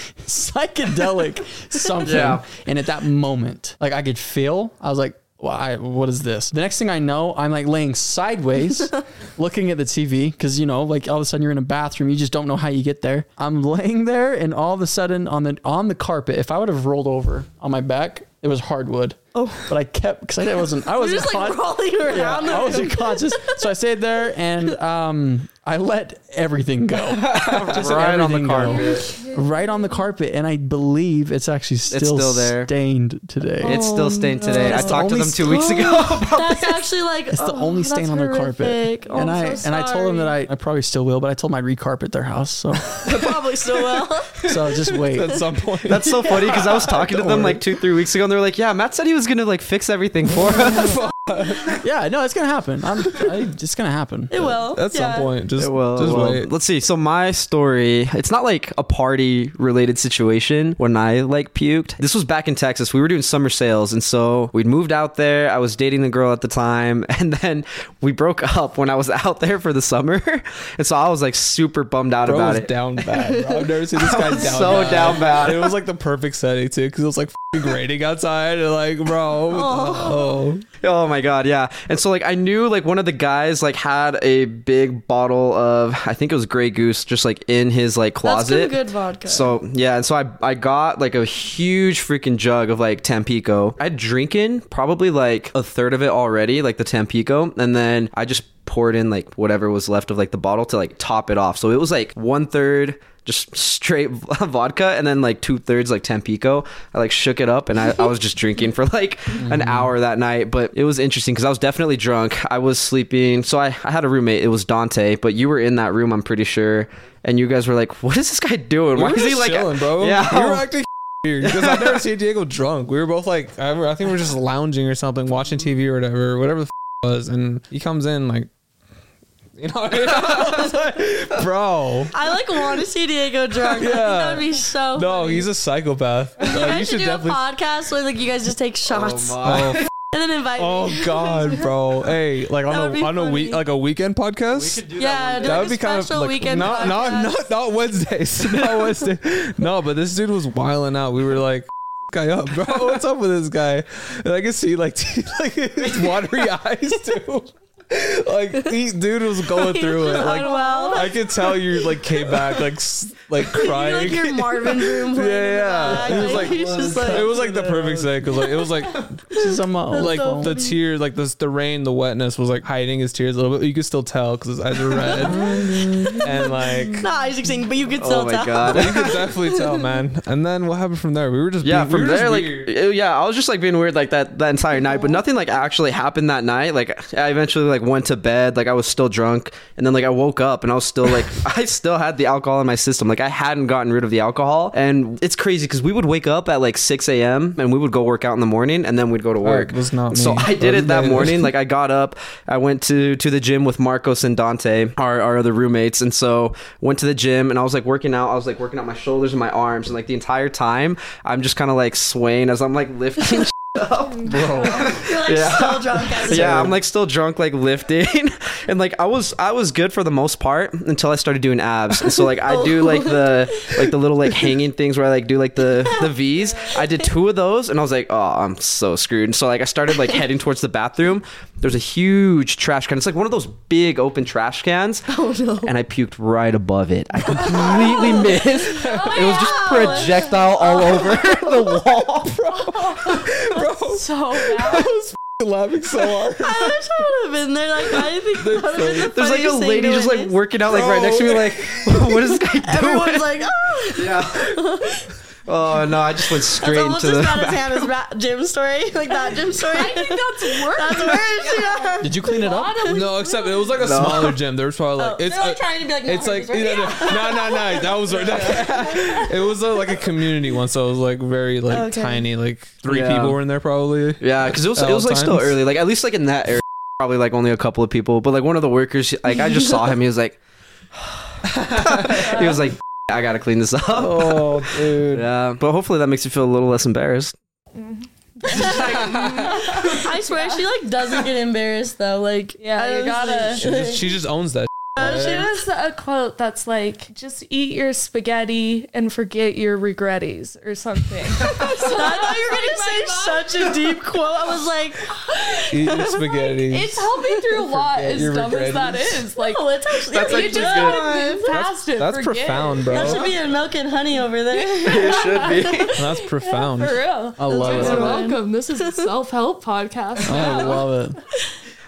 psychedelic something. Yeah. And at that moment, like I could feel, I was like, "Why? What is this?" The next thing I know, I'm like laying sideways, looking at the TV because you know, like all of a sudden you're in a bathroom, you just don't know how you get there. I'm laying there, and all of a sudden on the on the carpet, if I would have rolled over on my back, it was hardwood. Oh, but I kept because I wasn't. I You're wasn't. just like con- rolling around. yeah, I was unconscious. so I stayed there and um, I let everything go. Just Right on the everything go. carpet. Right on the carpet. And I believe it's actually still, still there. stained today. It's Oh, still stained today. I That's the talked to only them two weeks ago about That's actually like oh, It's the only stain on their carpet. and I and I told them that I, I probably still will, but I told them I'd recarpet their house. So probably still will. so just wait. at some point. That's so funny because I was talking to them like two, three weeks ago, and they were like, "Yeah, Matt said he was gonna like fix everything for us." yeah, no, it's gonna happen. I'm I, it's gonna happen. It will. At yeah. some point, just, It will, just it will. wait. Let's see. So my story, it's not like a party related situation when I like puked. This was back in Texas. We were doing summer sales and so we'd moved out there. I was dating the girl at the time and then we broke up when I was out there for the summer. And so I was like super bummed out Bro about was it. down bad. Bro. I've never seen this guy down so bad. down bad. It was like the perfect setting too, because it was like f***ing raining outside, and like, bro, oh, Oh my god, yeah. And so like I knew like one of the guys like had a big bottle of I think it was Grey Goose just like in his like That's closet. some good vodka. So yeah, and so I I got like a huge freaking jug of like Tampico. I'd drinking probably like a third of it already, like the Tampico, and then I just poured in like whatever was left of like the bottle to like top it off. So it was like one third just straight vodka and then like two thirds like Tampico. I like shook it up and I, I was just drinking for like an hour that night. But it was interesting because I was definitely drunk. I was sleeping. So I, I had a roommate. It was Dante, but you were in that room, I'm pretty sure. And you guys were like, what is this guy doing? Why we is were he just like chilling, bro? Yeah. we were acting weird because I've never seen Diego drunk. We were both like, I, I think we were just lounging or something, watching TV or whatever, whatever the f- was, and he comes in like, you know, what I mean? I was like, bro, I like want to see Diego drunk. Yeah. That'd be so. no, he's a psychopath. You Like, guys you should, should do definitely. a podcast where like you guys just take shots Oh, and then invite. Oh me. God, bro! Hey, like That on would be a on a funny. week like a weekend podcast. yeah, do that like would a be kind of special like weekend not not podcast. not not Wednesdays, not Wednesday. No, but this dude was wiling out. We were like. "F- Guy up, bro. What's up with this guy? And I can see like, like his watery eyes too. Like he, dude was going He was through it. just Like unwell. I could tell you like came back like s- like You know, crying. like your Marvin room. yeah, yeah. It was like, it was like the perfect thing because like it was like This is on my own like phone. the tears, like this, the rain, the wetness was like hiding his tears a little bit. You could still tell because his eyes were red, Oh, and like not Isaac singing, but you could still Oh my tell. god. you could definitely tell, man. And then what happened from there? We were just Yeah, being- we from were just there, like, weird. uh, yeah, I was just like being weird like that that entire night, but nothing like actually happened that night. Like, I eventually like went to bed, like I was still drunk, and then like I woke up and I was still like I still had the alcohol in my system, like I hadn't gotten rid of the alcohol, and it's crazy because we would wake up at like six a.m. and we would go work out in the morning, and then we'd go to work. was not So me. I did it that Okay. morning. Like I got up, I went to to the gym with Marcos and Dante, our our other roommates, and so went to the gym and I was like working out. I was like working out my shoulders and my arms, and like the entire time I'm just kind of like swaying as I'm like lifting. You're like Yeah. still drunk. As yeah, I'm like still drunk, like lifting, and like I was I was good for the most part until I started doing abs. And so like I do like the Oh. like the little like hanging things where I like do like the the V's. I did two of those, and I was like, oh, I'm so screwed. And so like I started like heading towards the bathroom. There's a huge trash can. It's like one of those big open trash cans. Oh no! And I puked right above it. I completely missed. Oh, it was just projectile all over the wall. So bad. laughing so hard. I wish I would have been there. Like I think that would've been the There's like a funniest thing lady to just like witness. working out like right next to me. Like, what is this guy doing? Everyone's like, oh, Yeah. Oh no, I just went straight That's almost into as the. bad as Hannah's ra- gym story, like that gym story. I think that's worse. That's worse. Yeah. Did you clean it up? No, except it was like a smaller gym. There was probably like Oh, it's they're a- like trying to be like, it's no, like right? no, no, no, no, no, that was right. it was a, like a community one, so it was like very like Okay. tiny. Like three Yeah. people were in there probably. Yeah, because it was At it was all like still times. early. Like at least like in that area, probably like only a couple of people. But like one of the workers, like I just saw him. He was like, he was like, I gotta clean this up. Oh, dude. Yeah, but hopefully that makes you feel a little less embarrassed. I swear she like doesn't get embarrassed though. Like Yeah, I you was uh, gotta- like- She just, she just owns that. Uh, she has a quote that's like, "Just eat your spaghetti and forget your regretties" or something. I thought you were gonna say such a deep quote. I was like, Eat your spaghetti. it's helped me through a lot, as your dumb as that is. Like, oh, it's actually you really just good. gotta move past it. That's forget profound, it. bro. That should be in milk and honey over there. It should be. That's profound. For real. I love You're it. welcome. This is a self-help podcast. I love it.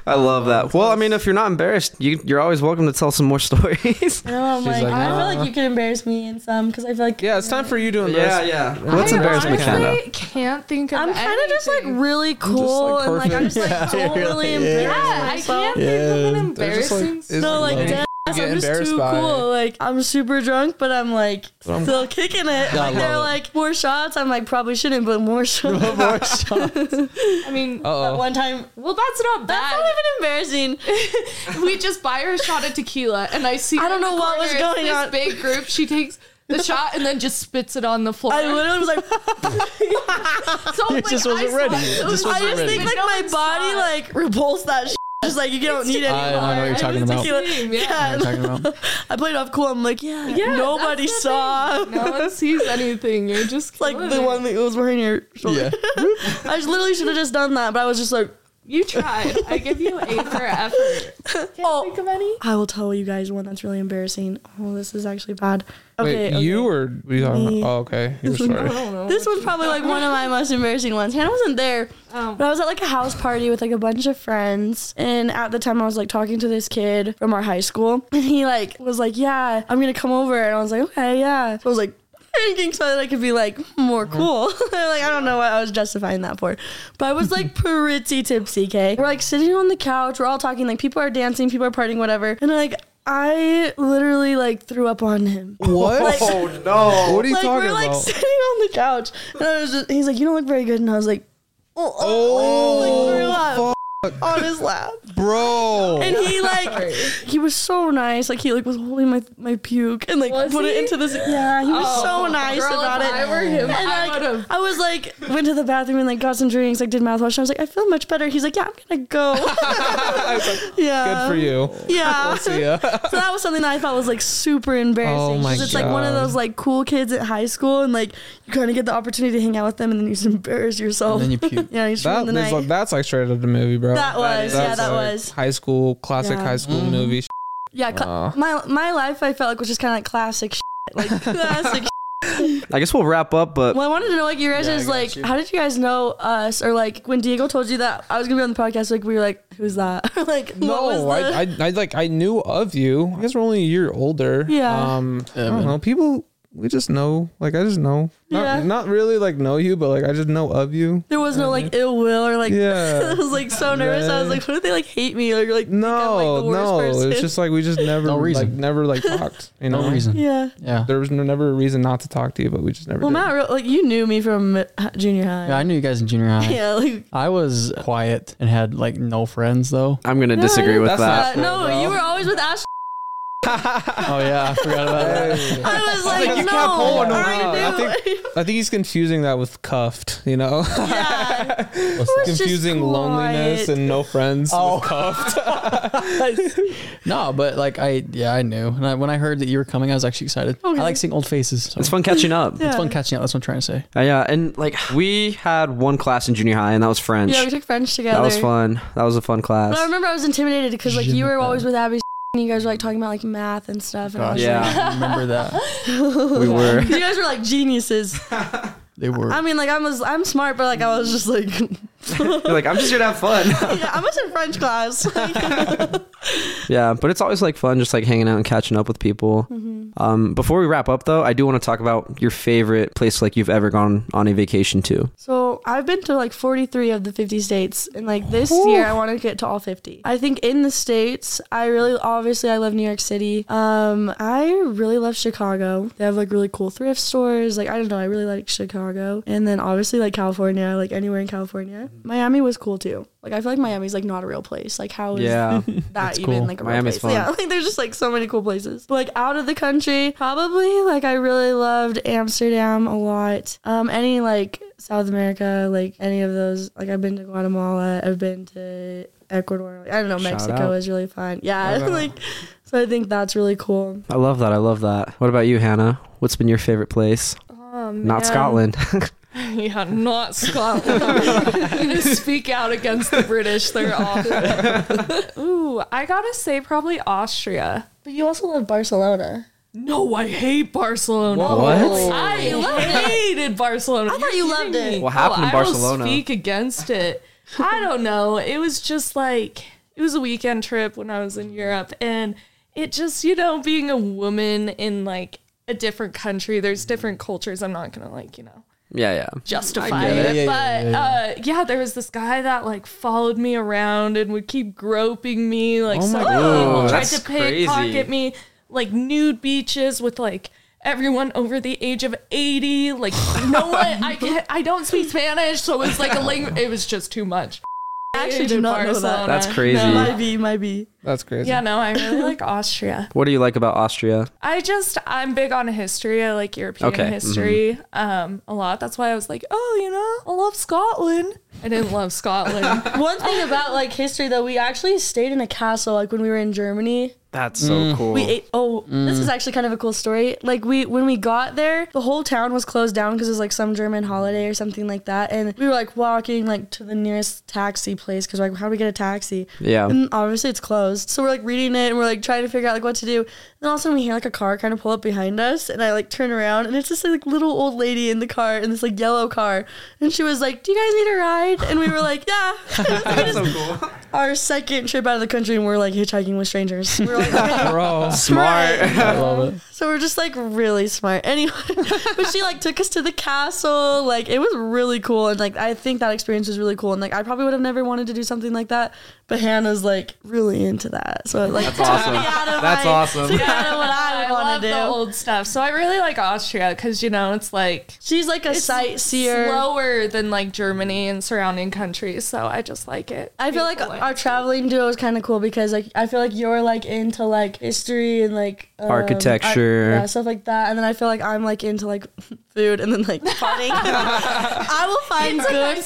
I love that. Well, I mean, if you're not embarrassed, you, you're always welcome to tell some more stories. No, I'm like, like, I nah. feel like you can embarrass me in some because I feel like Yeah, it's time for you to yeah, invest. yeah. Let's embarrass I McKenna. honestly can't think of. I'm kind of just like anything. really cool and like I'm just like don't really embarrass Yeah, I myself. can't think of an They're just like- embarrassing. it's No, like, like- dead ass, get I'm just embarrassed too by cool. Like I'm super drunk, but I'm like still kicking it. I Like, they're love it. like four shots. I'm like probably shouldn't, but more shots. I mean, Oh. That Uh-oh. one time, well, that's not that's bad. not even embarrassing. we just buy her a shot of tequila, and I see. I her don't in the know what corner, was it's going this on. Big group. She takes the shot and then just spits it on the floor. I literally was like, so, like, just wasn't I saw ready. it. It It was just I wasn't just ready. think like my body like repulsed that. Shit. Just like you don't need it I know what anymore. you're talking need about. tequila. Same, yeah. Yeah, I'm talking about. I played off cool. I'm like, yeah, Yeah, nobody that's the saw. thing. No one sees anything. You're just Like killing the it. one that was wearing your shoulder. I just literally should have just done that, but I was just like, You tried. I give you A for effort. Can't Oh. think of any. I will tell you guys one that's really embarrassing. Oh, this is actually bad. Wait, Okay, okay. you or what are you talking Me. about? Oh, okay. You're I sorry. don't know. This was probably like one of my most embarrassing ones. Hannah wasn't there, Um, but I was at like a house party with like a bunch of friends, and at the time I was like talking to this kid from our high school, and he like was like, "Yeah, I'm gonna come over," and I was like, "Okay, yeah." So I was like. Thinking so that I could be like more cool. like I don't know what I was justifying that for, but I was like pretty tipsy. Okay, we're like sitting on the couch. We're all talking. Like people are dancing, people are partying, whatever. And like I literally like threw up on him. What? Like- Oh, no. What are you like talking we're like about? sitting on the couch, and I was just, he's like, "You don't look very good," and I was like, "Oh, Oh, oh, like, threw up on his lap," Bro. and he like he was so nice, like he like was holding my my puke and like Was put it he? into this. Yeah, he was Oh, so nice girl, about if it. I were him, and I like would've- I was like went to the bathroom and like got some drinks, like did mouthwash. And I was like, I feel much better. He's like, Yeah, I'm gonna go. Good yeah, for you. Yeah. Yeah. So that was something that I thought was like super embarrassing. Oh my 'cause it's like one of God. those like cool kids at high school, and like you kind of get the opportunity to hang out with them, and then you just embarrass yourself. Oh. And then you puke. yeah, you just That ruin the is night. like, that's like straight out of the movie, bro. that was, That's yeah, that like was, high school classic Yeah. high school Mm-hmm. Mhm. movie. yeah. Cl- Wow. my my life, I felt like was just kind of like classic, shit. like classic. shit. I guess weys we'll wrap up, but Well, I wanted to know like you guys Yeah, I is got like, you. how did you guys know us? Or like when Diego told you that I was gonna be on the podcast, like we were like, who's that? Or like, what was No, the- I, I, I like I knew of you. I guess we're only a year older. Yeah. Um, Yeah, I don't man. know. People, we just know. Like I just know. Not, Yeah. not really like know you, but like I just know of you. there was no like ill will or like. I Yeah. was like so nervous. I was Yeah. like, what if they like hate me? Or like, No, the worst no. It's person. just like we just never No reason. like never like talked. You know, No reason. yeah. Yeah. There was no, never a reason not to talk to you, but we just never. Well, did. not real. Like you knew me from uh, junior high. Yeah, I knew you guys in junior high. Yeah, like I was quiet and had like no friends though. I'm gonna disagree with That's that. not- uh, no, bro. you were always with Ash. Oh yeah, I forgot about that. I was like, you no, kept going I around. I knew. I think he's confusing that with cuffed. You know, yeah, was just confusing loneliness quiet. and no friends. Oh. with cuffed. No, but like I yeah, I knew. And I, when I heard that you were coming, I was actually excited. Okay. I like seeing old faces. So It's fun catching up. yeah. it's fun catching up. That's what I'm trying to say. Uh, yeah, and like we had one class in junior high, and that was French. Yeah, we took French together. that was fun. That was a fun class. But I remember I was intimidated because like you Je were m'appelle. always with Abby, and you guys were like talking about like math and stuff. And I was Yeah. like, I remember that. we were. you guys were like geniuses. They were. I mean, like I was, I'm smart, but like I was just like, You're like, I'm just here to have fun. yeah, I'm just in French class. Like, yeah, but it's always like fun, just like hanging out and catching up with people. Mm-hmm. Um, before we wrap up, though, I do want to talk about your favorite place like you've ever gone on a vacation to. So I've been to like 43 of the 50 states, and like this year I want to get to all 50. I think in the states, I really obviously I love New York City. Um, I really love Chicago. They have like really cool thrift stores. Like I don't know, I really like Chicago, and then obviously like California, like anywhere in California. Miami was cool too. Like I feel like Miami's like not a real place. Like how is Yeah. that cool. even like a real Miami's place? Yeah, like there's just like so many cool places. But, like out of the country, probably like I really loved Amsterdam a lot. Um, any like South America, like any of those. Like I've been to Guatemala. I've been to Ecuador. Like, I don't know. Shout Mexico out. is really fun. Yeah, like so I think that's really cool. I love that. I love that. What about you, Hannah? What's been your favorite place? Oh, man. Not Scotland. Yeah, not Scotland. I'm gonna speak out against the British. They're awful. Ooh, I gotta say probably Austria. But you also love Barcelona. No, I hate Barcelona. What? I hated Barcelona. I thought you loved it. What happened in Barcelona? Oh, I will speak against it. I don't know. It was just like it was a weekend trip when I was in Europe, and it just you know being a woman in like a different country. There's different cultures. I'm not gonna like you know yeah, yeah. justify I it. get it. Yeah, yeah, but uh, yeah, there was this guy that like followed me around and would keep groping me. Like, some people Ooh, tried that's to pickpocket crazy. me. Like nude beaches with like everyone over the age of eighty. Like, no one. I can't. I don't speak Spanish, so it was like a language. It was just too much. I actually did not know that. That's crazy. Might be, might be. That's crazy. Yeah, no, I really like Austria. What do you like about Austria? I just I'm big on history. I like European Okay, mm-hmm. history um a lot. That's why I was like, oh, you know, I love Scotland. I didn't love Scotland. One thing about like history though, we actually stayed in a castle like when we were in Germany. That's so cool. We ate. Oh, this is actually kind of a cool story. Like we, when we got there, the whole town was closed down because it was like some German holiday or something like that. And we were like walking like to the nearest taxi place because like how do we get a taxi? yeah. And obviously it's closed. So we're like reading it and we're like trying to figure out like what to do. Then all of a sudden we hear like a car kind of pull up behind us and I like turn around and it's just like little old lady in the car in this like yellow car. And she was like, Do you guys need a ride? And we were like, Yeah. That's so cool. Our second trip out of the country and we're like hitchhiking with strangers. We're like, Bro. Smart. so we're just like really smart. Anyway, but she like took us to the castle. Like it was really cool, and like I think that experience was really cool. And like I probably would have never wanted to do something like that, but Hannah's like really into that. So it, like that's awesome. That's awesome. Out of what I I would want love to the do. old stuff. So I really like Austria because you know it's like She's like a sightseer. slower than like Germany and surrounding countries. So I just like it. I feel like Beautiful land. our traveling duo is kind of cool because like I feel like you're like into like history and like um, Architecture. art- yeah, stuff like that, and then I feel like I'm like into like food and then like potting. I will find good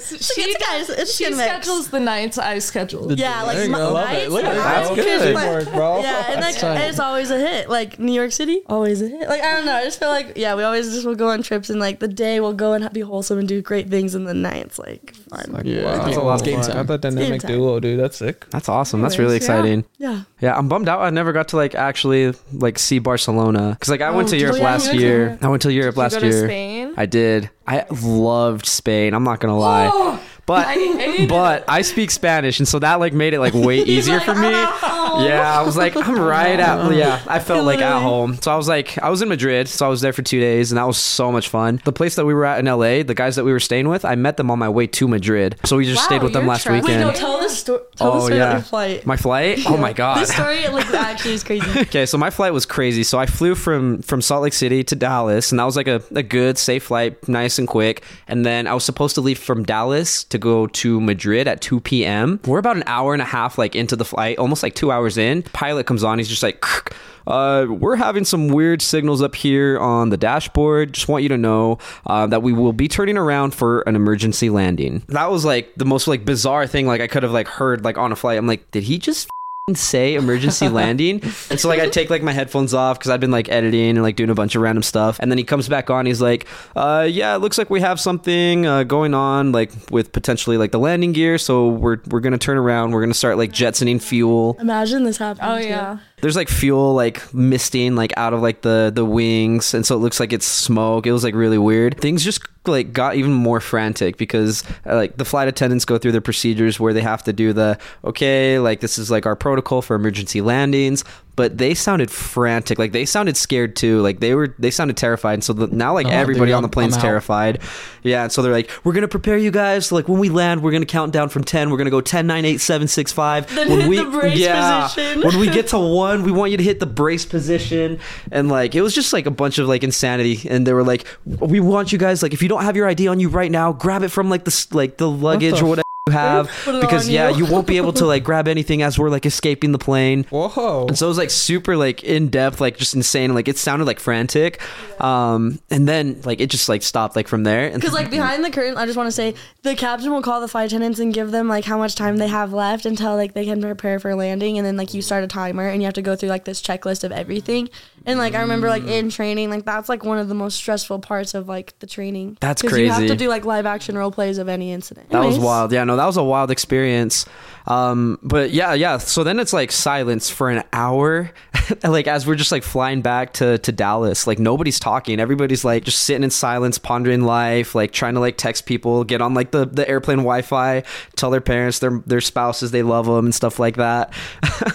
food. She, it's guys, it's she good mix. schedules the nights. I schedule. Yeah, like There you my, go. right? Look at That's that. good. Good My- work, bro. yeah, and like tight. and it's always a hit. Like New York City, always a hit. Like I don't know, I just feel like yeah, we always just will go on trips and like the day we'll go and be wholesome and do great things, and the night's like fun. That's a lot of game time. I thought Game dynamic time. duo, dude. That's sick. That's awesome. That's really exciting. yeah, Yeah, I'm bummed out. I never got to like actually like see Barcelona because like I went to Oh, did Europe you last go to- year. I went to Europe you last go to year. Spain? I did. I loved Spain. I'm not gonna lie, Oh, but Oh, I hated but I speak Spanish, and so that like made it like way easier for me. "Ah, "Oh." Yeah, I was like, I'm right at yeah. I felt like at home. So I was like, I was in Madrid, so I was there for two days, and that was so much fun. The place that we were at in LA, the guys that we were staying with, I met them on my way to Madrid. So we just Wow, stayed with them you're last traveling. weekend. Wait, no, tell the story. Tell the Oh, story about yeah. your flight. My flight? Oh my god. This story like actually is crazy. Okay, so my flight was crazy. So I flew from from Salt Lake City to Dallas, and that was like a, a good, safe flight, nice and quick. And then I was supposed to leave from Dallas to go to Madrid at 2 p.m. We're about an hour and a half like into the flight, almost like two hours in. Pilot comes on, he's just like, "Krk, uh, we're having some weird signals up here on the dashboard. Just want you to know uh, that we will be turning around for an emergency landing. That was like the most like bizarre thing like I could have like heard like on a flight. I'm like, did he just say emergency landing and so like i take like my headphones off because i've been like editing and like doing a bunch of random stuff and then he comes back on he's like uh yeah it looks like we have something uh, going on like with potentially like the landing gear so we're we're gonna turn around we're gonna start like jetsoning fuel Imagine this happening. Oh to you. yeah. There's like fuel like misting like out of like the the wings, and so it looks like it's smoke. It was like really weird. Things just like got even more frantic because uh, like the flight attendants go through their procedures where they have to do the okay, like this is like our protocol for emergency landings. But they sounded frantic, like they sounded scared too. Like they were, they sounded terrified. And so the, now, like Oh, everybody dude, on the I'm- plane's I'm out. terrified terrified. Yeah, and so they're like, we're gonna prepare you guys. So, like when we land, we're gonna count down from ten. We're gonna go ten, nine, eight, seven, six, five. Then when hit we, the brace yeah, position. when we get to one, we want you to hit the brace position. And like it was just like a bunch of like insanity. And they were like, we want you guys like if you don't have your ID on you right now, grab it from like the s- like the luggage or whatever you have Put it because on yeah, you you. won't be able to like grab anything as we're like escaping the plane. Whoa. And so it was like super like in depth, like just insane. Like it sounded like frantic. Um and then like it just like stopped like from there. And Because like behind the curtain, I just want to say the captain will call the flight attendants and give them like how much time they have left until like they can prepare for landing, and then like you start a timer and you have to go through like this checklist of everything. And like I remember like in training, like that's like one of the most stressful parts of like the training. That's 'Cause You have crazy. to do like live action role plays of any incident. That was Anyways. wild. Yeah, no, that was a wild experience. Um, but yeah, yeah. So then it's like silence for an hour, like as we're just like flying back to to Dallas. Like nobody's talking. Everybody's like just sitting in silence, pondering life, like trying to like text people, get on like the the airplane Wi-Fi, tell their parents, their their spouses they love them and stuff like that.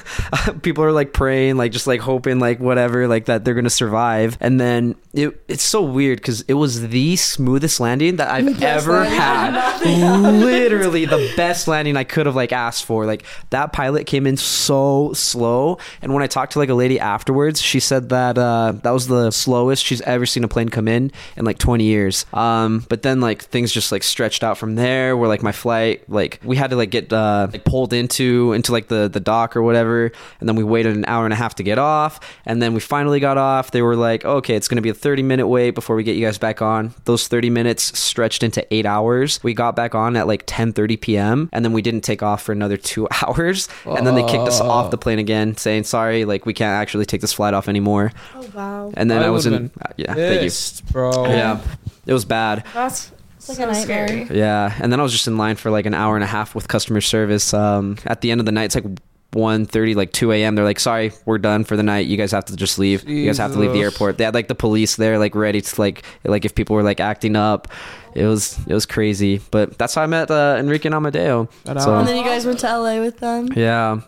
people are like praying, like just like hoping, like whatever, like that they're gonna survive. And then it it's so weird because it was the smoothest landing that I've ever had literally the best landing I could have like asked for. Like that pilot came in so slow, and when I talked to like a lady afterwards, she said that uh, that was the slowest she's ever seen a plane come in in like 20 years. Um, but then like things just like stretched out from there. Where like my flight, like we had to like get uh, like pulled into into like the the dock or whatever, and then we waited an hour and a half to get off, and then we finally got off. They were like, okay, it's gonna be a 30 minute wait before we get you guys back on. Those 30 minutes stretched into eight hours. We got back on at like 10:30 p.m. and then we didn't take off for another two hours, and then they kicked us off the plane again, saying sorry, like we can't actually take this flight off anymore. Oh wow. And then I, I was would've in, been uh, yeah, thank you, Pissed, bro. yeah, it was bad. That's like so a nightmare. scary. Yeah, and then I was just in line for like an hour and a half with customer service. Um, at the end of the night, it's like 1.30, like two a.m. They're like, "Sorry, we're done for the night. You guys have to just leave. You guys have to leave the Jesus. airport." They had like the police there, like ready to like like if people were like acting up. It was it was crazy, but that's how I met uh, Enrique and Amadeo. Shout So- And then you guys went to LA with them. Yeah,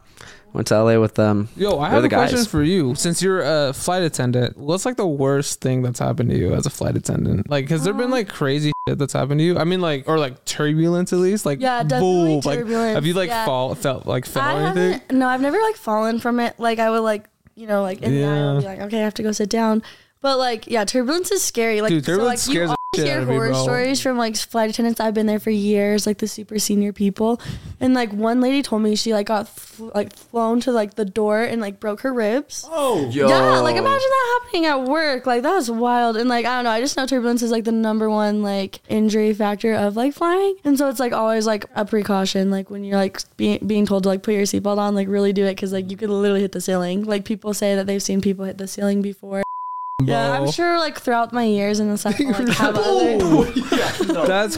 went to LA with them. Yo, They're I have the a question guys. for you. Since you're a flight attendant, what's like the worst thing that's happened to you as a flight attendant? Like, has there Um, been like crazy shit that's happened to you? I mean, like, or like turbulence at least? Like, Yeah, definitely like, turbulence, have you like yeah. fall, felt like fell I or anything? haven't. No, I've never like fallen from it. Like I would like you know like in the aisle Yeah. be like okay I have to go sit down. But like yeah, turbulence is scary. Like Dude, turbulence so, like, scares you the always shit hear out of me, horror bro. stories from like flight attendants. I've been there for years, like the super senior people, and like one lady told me she like got fl- like flown to like the door and like broke her ribs. Oh, Yeah, like imagine that happening at work. Like that was wild. And like I don't know, I just know turbulence is like the number one like injury factor of like flying. And so it's like always like a precaution. Like when you're like being being told to like put your seatbelt on, like really do it because like you could literally hit the ceiling. Like people say that they've seen people hit the ceiling before. Yeah, I'm sure like throughout my years in the cycle, like have other. that's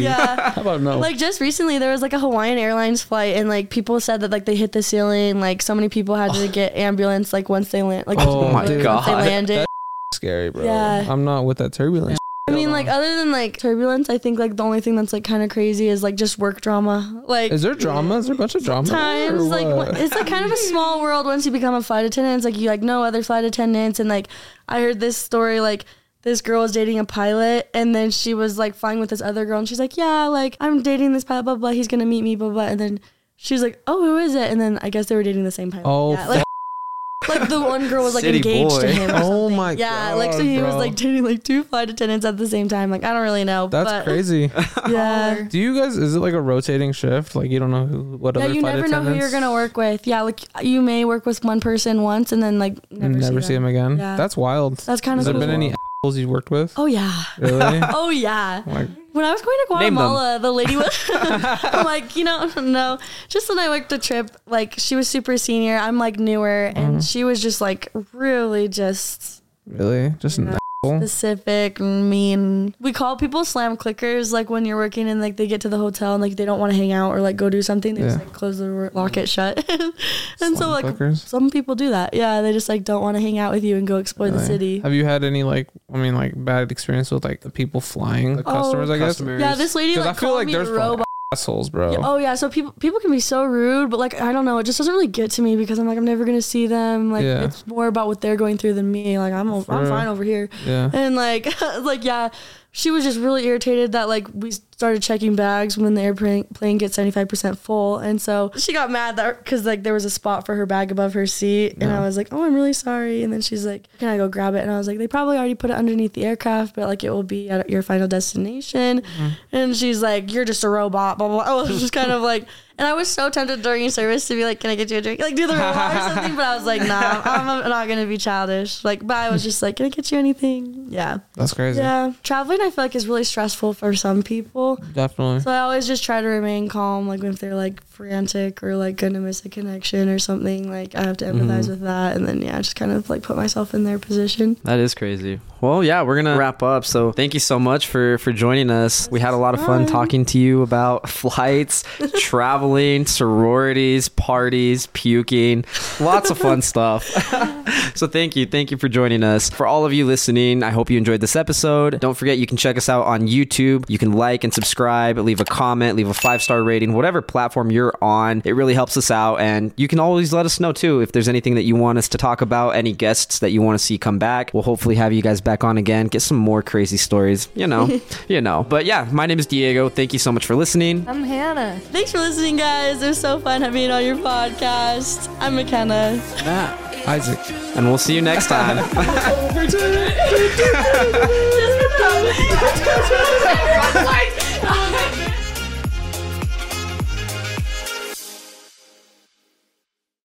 Yeah. How about no? Like just recently, there was like a Hawaiian Airlines flight, and like people said that like they hit the ceiling. Like so many people had to get ambulance like once they land. Like Oh my once God. they landed. Scary, bro. Yeah. I'm not with that turbulence. I mean, like other than like turbulence, I think like the only thing that's like kind of crazy is like just work drama. Like Is there drama? Is there a bunch of drama? or times like what? wh- it's like kind of a small world once you become a flight attendant. It's like you like know other flight attendants, and like I heard this story like. This girl was dating a pilot, and then she was like flying with this other girl, and she's like, "Yeah, like I'm dating this pilot, blah blah. He's gonna meet me, blah blah." And then she was like, "Oh, who is it?" And then I guess they were dating the same pilot. Oh, yeah, like, like the one girl was like City engaged to boy. him. or Oh something. my yeah, like so God, he was bro. like dating like two flight attendants at the same time. Like I don't really know. that's but, crazy. yeah. Do you guys? Is it like a rotating shift? Like you don't know who, what Yeah, other you flight never know attendants? who you're gonna work with. Yeah, like you may work with one person once and then like never, Never, see, them. him again. Yeah. That's wild. That's kind Has of there cool. been any assholes you worked with? oh yeah, Really? oh yeah. Like, When I was going to Name them. Guatemala, the lady was. I'm like, you know, no. Just when I worked a trip, like she was super Mm-hmm. senior. I'm like newer, and she was just like really just really? Just an specific mean we call people slam clickers like when you're working and like they get to the hotel and like they don't want to hang out or like go do something they just Yeah. like close the door, lock it shut and so like Fuckers. some people do that yeah they just like don't want to hang out with you and go explore the Really? city Have you had any like I mean like bad experience with like the people flying the Oh, customers? I guess Customers. yeah this lady 'Cause like I feel called like me there's probably robot assholes, bro. Yeah, oh yeah so people people can be so rude but like i don't know it just doesn't really get to me because i'm like i'm never gonna see them like Yeah. it's more about what they're going through than me like i'm, o- real. I'm fine over here yeah. And like, like yeah, she was just really irritated that like we started checking bags when the airplane plane gets seventy five percent full, and so she got mad that because like there was a spot for her bag above her seat, and I was like, oh, I'm really sorry. And then she's like, can I go grab it? And I was like, they probably already put it underneath the aircraft, but like it will be at your final destination. And she's like, you're just a robot. Blah blah. blah. I was just kind of like. And I was so tempted during service to be like, "Can I get you a drink?" Like do the robot or something, but I was like, "Nah, I'm not gonna be childish." Like, but I was just like, "Can I get you anything?" Yeah, That's crazy. yeah. Traveling, I feel like is really stressful for some people, Definitely. so I always just try to remain calm. Like if they're like frantic or like gonna miss a connection or something, like I have to empathize with that, and then yeah, just kind of like put myself in their position. That is crazy. Well, yeah, we're gonna wrap up. So thank you so much for for joining us. We had a lot of fun Fun. talking to you about flights, traveling, sororities, parties, puking, lots of fun stuff. so thank you, thank you for joining us. For all of you listening, I hope you enjoyed this episode. Don't forget you can check us out on YouTube. You can like and subscribe, leave a comment, leave a five star rating, whatever platform you're on. It really helps us out, and you can always let us know too if there's anything that you want us to talk about, any guests that you want to see come back. We'll hopefully have you guys back on again, get some more crazy stories. You know, you know. But yeah, my name is Diego. Thank you so much for listening. I'm Hannah. Thanks for listening, guys. It was so fun having you on your podcast. I'm McKenna. Matt, Isaac. and we'll see you next time.